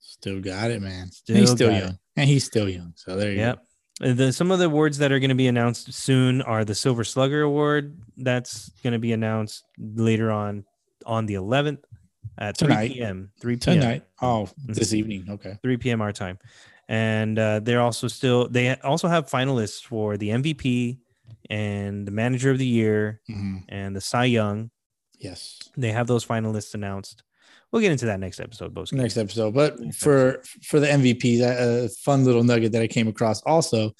Speaker 2: still got it, man.
Speaker 3: Still
Speaker 2: he's still
Speaker 3: got it.
Speaker 2: young, and he's still young. So there you go.
Speaker 3: Yep. The some of the awards that are going to be announced soon are the Silver Slugger Award. That's going to be announced later on on the 11th at
Speaker 2: Tonight.
Speaker 3: 3 p.m. 3 p.m.
Speaker 2: Tonight, oh, this
Speaker 3: Mhm.
Speaker 2: evening, okay.
Speaker 3: 3 p.m. our time. And uh, they're also still they also have finalists for the MVP and the Manager of the Year
Speaker 2: Mhm.
Speaker 3: and the Cy Young.
Speaker 2: Yes.
Speaker 3: They have those finalists announced. We'll get into that next episode, Boski.
Speaker 2: next episode. But
Speaker 3: Next
Speaker 2: for for the MVP, that uh, fun little nugget that I came across also,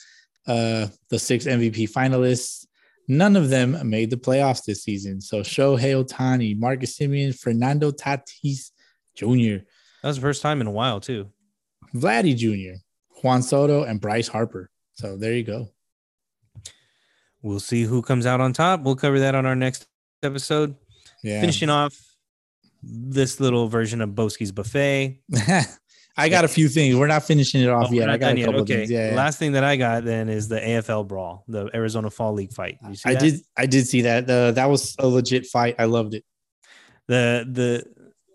Speaker 2: uh, the six MVP finalists, none of them made the playoffs this season. So Shohei Otani, Marcus Simeon, Fernando Tatis Jr.,
Speaker 3: That was the first time in a while too.
Speaker 2: Vladdy Jr., Juan Soto, and Bryce Harper. So there you go.
Speaker 3: We'll see who comes out on top. We'll cover that on our next episode.
Speaker 2: Yeah.
Speaker 3: Finishing off this little version of Boski's buffet.
Speaker 2: (laughs) I got a few things. We're not finishing it off
Speaker 3: Oh, we're
Speaker 2: yet.
Speaker 3: not
Speaker 2: Oh, I got
Speaker 3: done
Speaker 2: a
Speaker 3: yet.
Speaker 2: couple
Speaker 3: okay.
Speaker 2: things. Yeah. yeah.
Speaker 3: Last thing that I got then is the AFL brawl, the Arizona Fall League fight. You see
Speaker 2: I
Speaker 3: that?
Speaker 2: did. I did see that. Uh, that was a legit fight. I loved it.
Speaker 3: the the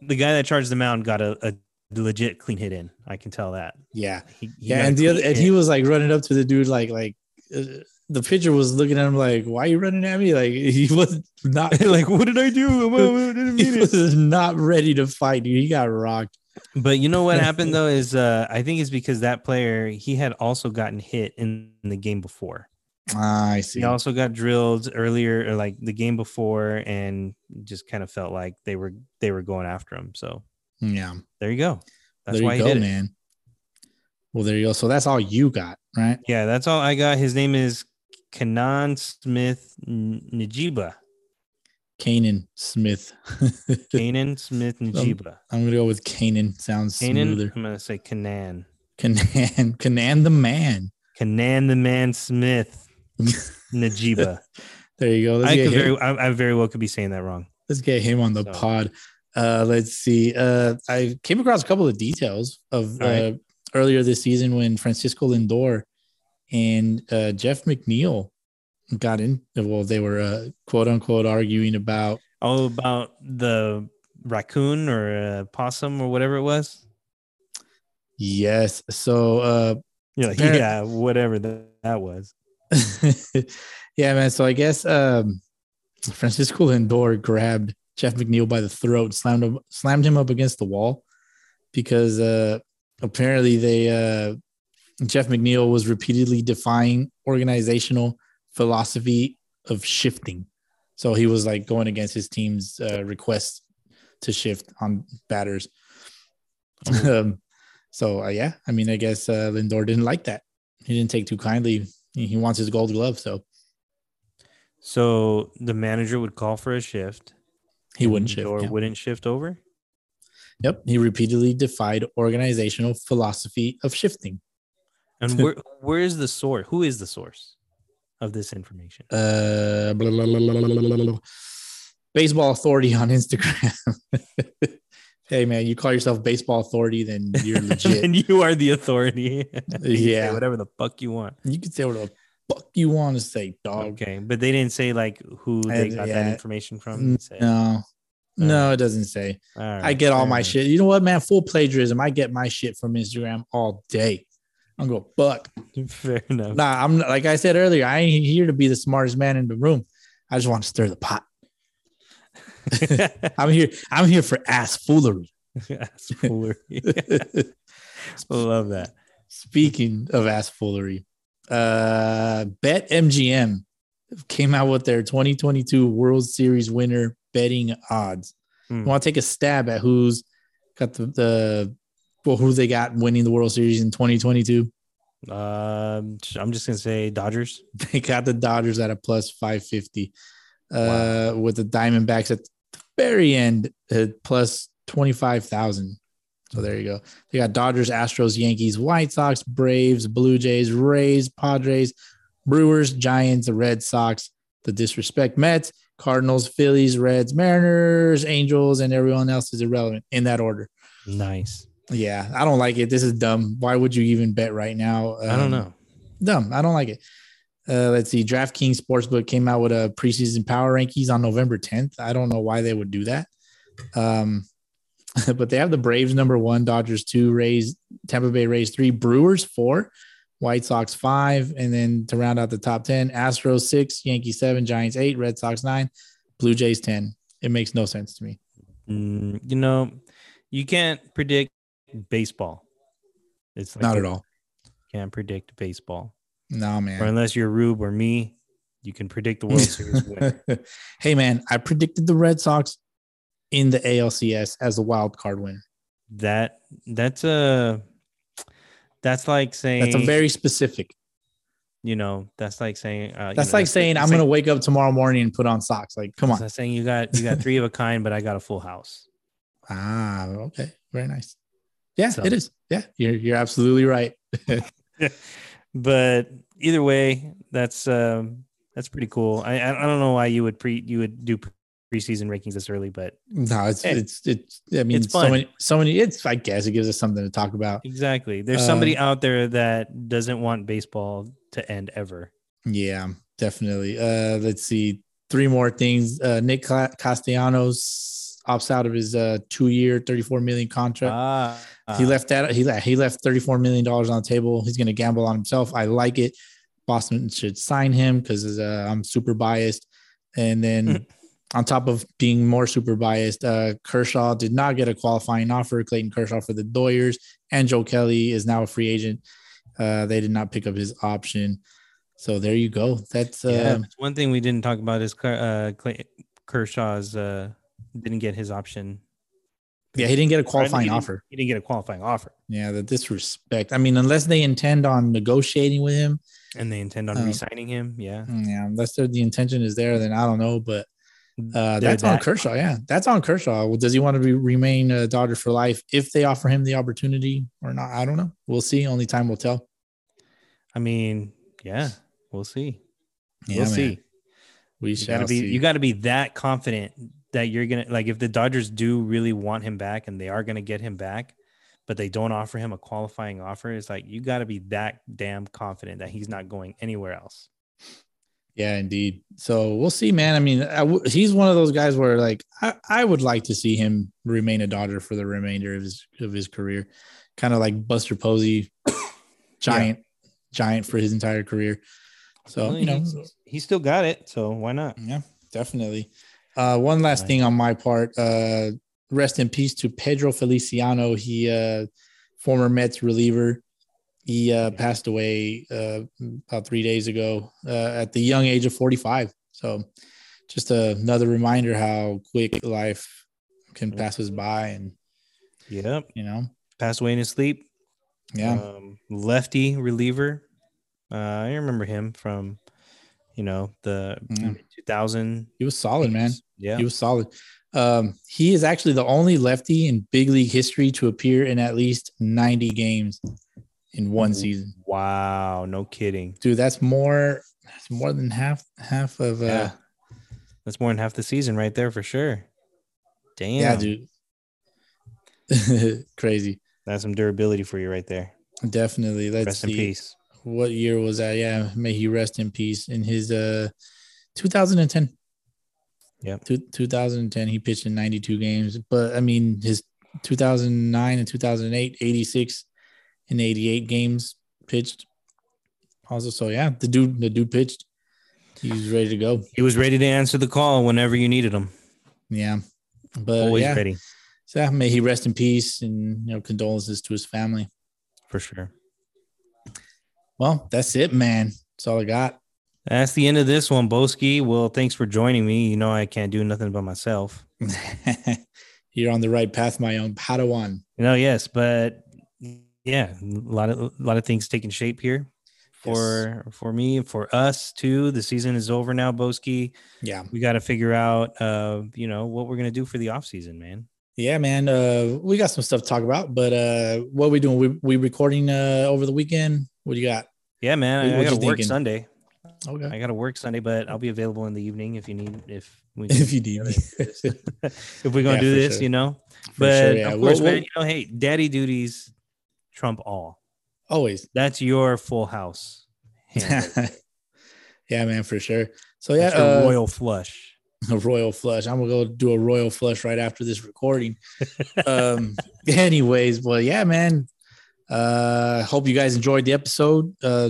Speaker 3: the guy that charged the mound got a, a legit clean hit in. I can tell that.
Speaker 2: Yeah.
Speaker 3: He, he
Speaker 2: Yeah,
Speaker 3: got
Speaker 2: and
Speaker 3: a
Speaker 2: the other,
Speaker 3: clean
Speaker 2: and
Speaker 3: hit.
Speaker 2: he was (laughs) like running up to the dude, like, like uh, the pitcher was looking at him, like, "Why you running at me?" Like (laughs) he was (laughs) not,
Speaker 3: like, what did I do? I didn't mean (laughs)
Speaker 2: he (laughs)
Speaker 3: it."
Speaker 2: was not ready to fight, dude. He got rocked.
Speaker 3: But you know what happened though is uh, I think it's because that player he had also gotten hit in, in the game before.
Speaker 2: Ah, I see.
Speaker 3: He also got drilled earlier, or like the game before, and just kind of felt like they were they were going after him. So
Speaker 2: yeah,
Speaker 3: there you go. That's
Speaker 2: there
Speaker 3: why
Speaker 2: you
Speaker 3: he
Speaker 2: go,
Speaker 3: did it.
Speaker 2: man. Well, there you go. So that's all you got, right?
Speaker 3: Yeah, that's all I got. His name is Kanan Smith N- Najiba.
Speaker 2: Kanan Smith.
Speaker 3: Kanan Smith Najiba.
Speaker 2: (laughs) I'm gonna go with Kanan. Sounds
Speaker 3: Kanan.
Speaker 2: smoother.
Speaker 3: I'm gonna say Kanan.
Speaker 2: Kanan, (laughs) Kanan the man.
Speaker 3: Kanan the Man
Speaker 2: (laughs)
Speaker 3: Smith Najiba.
Speaker 2: There you go. Let's
Speaker 3: I
Speaker 2: get
Speaker 3: could
Speaker 2: him-
Speaker 3: very, I, I very well could be saying that wrong.
Speaker 2: let's get him on the
Speaker 3: So-
Speaker 2: pod. Uh, let's see. Uh, I came across a couple of details of
Speaker 3: All right.
Speaker 2: uh, earlier this season when Francisco Lindor and uh, Jeff McNeil got in. Well, they were uh, quote unquote arguing about.
Speaker 3: Oh, about the raccoon or uh, possum or whatever it was.
Speaker 2: Yes. So uh,
Speaker 3: You're like,
Speaker 2: Apparent-
Speaker 3: yeah, whatever that, that was.
Speaker 2: (laughs) yeah, man. So I guess um, Francisco Lindor grabbed Jeff McNeil by the throat, slammed him, slammed him up against the wall, because uh, apparently they uh, Jeff McNeil was repeatedly defying organizational philosophy of shifting. So he was like going against his team's uh, request to shift on batters. (laughs) um, so uh, yeah, I mean, I guess uh, Lindor didn't like that. He didn't take too kindly he he wants his gold glove, so
Speaker 3: So the manager would call for a shift.
Speaker 2: he
Speaker 3: and
Speaker 2: wouldn't shift.
Speaker 3: Lindor
Speaker 2: yeah.
Speaker 3: wouldn't shift over.
Speaker 2: Yep, he repeatedly defied organizational philosophy of shifting. (laughs)
Speaker 3: And where where is the source? Who is the source of this information?
Speaker 2: Uh, blah, blah, blah, blah, blah, blah, blah. Baseball authority on Instagram. (laughs) hey man, you call yourself baseball authority, then (laughs)
Speaker 3: (laughs)
Speaker 2: you're legit.
Speaker 3: and you are the authority. (laughs) You can say
Speaker 2: Yeah.
Speaker 3: whatever the fuck you want.
Speaker 2: you can say what the fuck you want to say, dog?
Speaker 3: Okay, but they didn't say like who they
Speaker 2: Uh,
Speaker 3: got that
Speaker 2: yeah.
Speaker 3: information from. They said-
Speaker 2: No, no, it doesn't say.
Speaker 3: All right,
Speaker 2: I get all
Speaker 3: fair
Speaker 2: my
Speaker 3: enough.
Speaker 2: shit. You know what, man? Full plagiarism. I get my shit from Instagram all day. I'm going, fuck.
Speaker 3: (laughs) Fair enough.
Speaker 2: Nah, I'm not- like I said earlier, I ain't here to be the smartest man in the room. I just want to stir the pot. I'm here. I'm here for ass foolery. (laughs)
Speaker 3: That's (laughs) poor. Love that.
Speaker 2: Speaking of ass foolery, uh, Bet MGM came out with their 2022 World Series winner betting odds.
Speaker 3: Hmm.
Speaker 2: You want to take a stab at who's got the, the well, who they got winning the World Series in 2022?
Speaker 3: Um, I'm just gonna say Dodgers.
Speaker 2: They got the Dodgers at a plus 550, uh, with the Diamondbacks at the very end at plus 25,000. So there you go. They got Dodgers, Astros, Yankees, White Sox, Braves, Blue Jays, Rays, Padres, Brewers, Giants, the Red Sox, the Disrespect Mets, Cardinals, Phillies, Reds, Mariners, Angels, and everyone else is irrelevant in that order.
Speaker 3: Nice.
Speaker 2: Yeah, I don't like it. This is dumb. Why would you even bet right now?
Speaker 3: I don't
Speaker 2: Um,
Speaker 3: know.
Speaker 2: dumb. I don't like it. Uh, let's see. DraftKings Sportsbook came out with a preseason power rankings on November 10th. I don't know why they would do that. Um, (laughs) but they have the Braves number one, Dodgers two, Rays, Tampa Bay Rays three, Brewers four, White Sox five, and then to round out the top 10, Astros six, Yankees seven, Giants eight, Red Sox nine, Blue Jays 10. It makes no sense to me.
Speaker 3: Mm, you know, you can't predict baseball. It's like
Speaker 2: Not
Speaker 3: you
Speaker 2: at all.
Speaker 3: Can't predict baseball,
Speaker 2: No, man.
Speaker 3: or unless you're Rube or me, you can predict the World Series winner.
Speaker 2: (laughs) hey, man, I predicted the Red Sox in the ALCS as a wild card winner.
Speaker 3: That that's a that's like saying
Speaker 2: That's a very specific.
Speaker 3: you know that's like saying uh, you
Speaker 2: That's
Speaker 3: know,
Speaker 2: like saying
Speaker 3: that's
Speaker 2: I'm
Speaker 3: like-
Speaker 2: gonna wake up tomorrow morning and put on socks. Like, come
Speaker 3: that's
Speaker 2: on.
Speaker 3: like saying you got you got three of a kind, but I got a full house.
Speaker 2: (laughs) Ah, okay, very nice. Yeah,
Speaker 3: So-
Speaker 2: it is. Yeah, you're you're absolutely right.
Speaker 3: but either way, that's um, that's pretty cool. I I I don't know why you would pre you would do preseason rankings this early, but
Speaker 2: No, it's
Speaker 3: Hey,
Speaker 2: it's it's. I mean,
Speaker 3: it's
Speaker 2: so
Speaker 3: fun.
Speaker 2: many, so many. It's. I guess it gives us something to talk about.
Speaker 3: exactly, there's
Speaker 2: Um,
Speaker 3: somebody out there that doesn't want baseball to end ever.
Speaker 2: Yeah, definitely. Uh, let's see. Three more things. Uh, Nick Cla- Castellanos opts out of his uh, two-year, thirty-four million contract.
Speaker 3: Ah,
Speaker 2: he left that he left, he left 34 million dollars on the table he's going to gamble on himself i like it boston should sign him because uh, i'm super biased and then on top of being more super biased uh, kershaw did not get a qualifying offer clayton kershaw for the doyers and joe kelly is now a free agent uh, they did not pick up his option so there you go that's uh,
Speaker 3: yeah. that's one thing we didn't talk about is Ker- uh, Clay, Kershaw's uh, didn't get his option.
Speaker 2: yeah he didn't get a
Speaker 3: Or I think he
Speaker 2: qualifying
Speaker 3: didn't-
Speaker 2: offer
Speaker 3: He didn't get a qualifying offer,
Speaker 2: yeah the disrespect i mean unless they intend on negotiating with him
Speaker 3: and they intend on
Speaker 2: Oh.
Speaker 3: re-signing him. Yeah,
Speaker 2: Mm, Yeah, unless the the intention is there, then I don't know. But uh,
Speaker 3: Mm, They're
Speaker 2: that's on
Speaker 3: that-
Speaker 2: Kershaw. Yeah, that's on Kershaw. Well, does he want to be, remain a Dodger for life if they offer him the opportunity or not? I don't know. We'll see. Only time will tell.
Speaker 3: I mean, yeah, we'll see.
Speaker 2: Yeah,
Speaker 3: we'll
Speaker 2: man.
Speaker 3: see.
Speaker 2: We
Speaker 3: You
Speaker 2: shall
Speaker 3: gotta be
Speaker 2: see.
Speaker 3: you gotta be that confident that you're gonna like if the Dodgers do really want him back and they are gonna get him back, but they don't offer him a qualifying offer, it's like you gotta be that damn confident that he's not going anywhere else.
Speaker 2: yeah, indeed. So we'll see, man. I mean, I w- he's one of those guys where like I, I would like to see him remain a Dodger for the remainder of his of his career, kind of like Buster Posey, (coughs) giant, giant for his entire career. So
Speaker 3: Well,
Speaker 2: you know,
Speaker 3: he's- he still got it, so why not?
Speaker 2: Yeah, definitely. Uh, one last
Speaker 3: Right.
Speaker 2: thing on my part. Uh, rest in peace to Pedro Feliciano. He, uh, former Mets reliever, he uh, passed away uh, about three days ago uh, at the young age of 45. So, just another reminder how quick life can pass us by, and
Speaker 3: Yep.
Speaker 2: you know,
Speaker 3: Passed away in his sleep.
Speaker 2: yeah,
Speaker 3: Um, lefty reliever. Uh, I remember him from you know the
Speaker 2: Yeah.
Speaker 3: two thousand.
Speaker 2: he was Mm. solid, man.
Speaker 3: Yeah.
Speaker 2: He was solid. Um, he is actually the only lefty in big league history to appear in at least 90 games in one
Speaker 3: Mhm.
Speaker 2: season.
Speaker 3: wow, no kidding.
Speaker 2: Dude, that's more that's more than half half of uh yeah,
Speaker 3: Yeah. That's more than half the season right there for sure. Damn.
Speaker 2: dude. Crazy. (laughs)
Speaker 3: That's some durability for you right there.
Speaker 2: Definitely. Let's
Speaker 3: Rest
Speaker 2: see.
Speaker 3: in peace.
Speaker 2: what year was that? Yeah, may he rest in peace. In his uh 2010.
Speaker 3: Yep.
Speaker 2: Two, 2010 he pitched in 92 games, but I mean his 2009 and 2008 86 and 88 games pitched. Also so yeah, the dude the dude pitched. He was ready to go.
Speaker 3: He was ready to answer the call whenever you needed him.
Speaker 2: Yeah. But
Speaker 3: Always
Speaker 2: Uh, yeah,
Speaker 3: ready
Speaker 2: so yeah, may he rest in peace and you know condolences to his family.
Speaker 3: for sure.
Speaker 2: Well, that's it, man. That's all I got.
Speaker 3: That's the end of this one, Boski. Well, thanks for joining me. You know I can't do nothing by myself.
Speaker 2: (laughs) You're on the right path, my own Padawan.
Speaker 3: No, yes, but yeah, a lot of a lot of things taking shape here for for me for us too. The season is over now, Boski.
Speaker 2: Yeah.
Speaker 3: We got to figure out, uh, you know, what we're gonna do for the off season, man.
Speaker 2: Yeah, man. Uh we got some stuff to talk about, but uh what we doing? We we recording uh over the weekend? What do you got?
Speaker 3: Yeah,
Speaker 2: What-
Speaker 3: man. I, I
Speaker 2: what
Speaker 3: gotta
Speaker 2: you
Speaker 3: work
Speaker 2: thinking?
Speaker 3: Sunday.
Speaker 2: Okay.
Speaker 3: I gotta work Sunday, but I'll be available in the evening if you need if we
Speaker 2: (laughs) (laughs) If
Speaker 3: (laughs)
Speaker 2: you need me.
Speaker 3: if we're gonna
Speaker 2: Yeah,
Speaker 3: do
Speaker 2: for
Speaker 3: this,
Speaker 2: sure.
Speaker 3: you know.
Speaker 2: For
Speaker 3: But
Speaker 2: sure, yeah.
Speaker 3: of
Speaker 2: We'll-
Speaker 3: course,
Speaker 2: we'll-
Speaker 3: man, you know, hey, daddy duties trump all.
Speaker 2: always.
Speaker 3: That's your
Speaker 2: (laughs)
Speaker 3: full house. handle.
Speaker 2: yeah, man, for sure. So yeah,
Speaker 3: That's
Speaker 2: uh,
Speaker 3: your royal flush.
Speaker 2: a royal flush. I'm gonna go do a royal flush right after this
Speaker 3: (laughs)
Speaker 2: recording. um, anyways, well, yeah, man. Uh, hope you guys enjoyed the episode. Uh,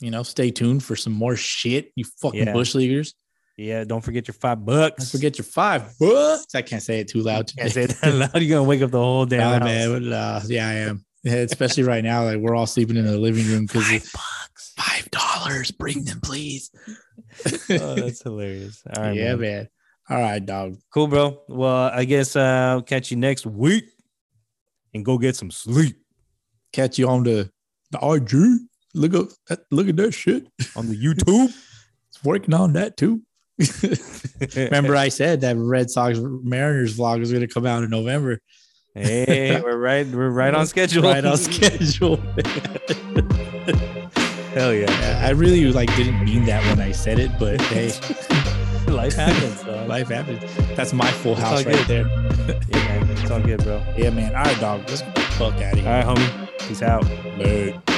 Speaker 2: you know, stay tuned for some more shit. You fucking
Speaker 3: Yeah.
Speaker 2: bush leaguers.
Speaker 3: Yeah, don't forget your five bucks.
Speaker 2: Don't
Speaker 3: (laughs)
Speaker 2: forget your five bucks. I can't say it too loud.
Speaker 3: I said that loud. You're gonna wake up the whole
Speaker 2: (laughs)
Speaker 3: damn
Speaker 2: Nah,
Speaker 3: house.
Speaker 2: man, nah, yeah, I am. Yeah, Especially right now, like we're all sleeping in the living room because
Speaker 3: Five bucks.
Speaker 2: five dollars. Bring them,
Speaker 3: (laughs)
Speaker 2: please. (laughs)
Speaker 3: Oh, that's hilarious. All right,
Speaker 2: yeah,
Speaker 3: man.
Speaker 2: man. All right, dog.
Speaker 3: Cool, bro. Well, I guess uh, I'll catch you next week, and go get some sleep
Speaker 2: catch you on the the RG. Look up, that, look at that shit.
Speaker 3: on the (laughs) YouTube.
Speaker 2: It's working on that too. Remember, I said that Red Sox Mariners vlog is going to come out in November,
Speaker 3: hey, we're right. We're right on schedule.
Speaker 2: right on schedule.
Speaker 3: Hell yeah.
Speaker 2: Yeah, I really like didn't mean that when I said it, but hey,
Speaker 3: (laughs) Life happens. Dog.
Speaker 2: life happens. That's my full
Speaker 3: It's
Speaker 2: house
Speaker 3: all
Speaker 2: right
Speaker 3: good.
Speaker 2: there.
Speaker 3: Yeah, man. It's all good, bro. All
Speaker 2: Yeah, man. All right, dog. Let's get the fuck out of here.
Speaker 3: right, homie. Peace out.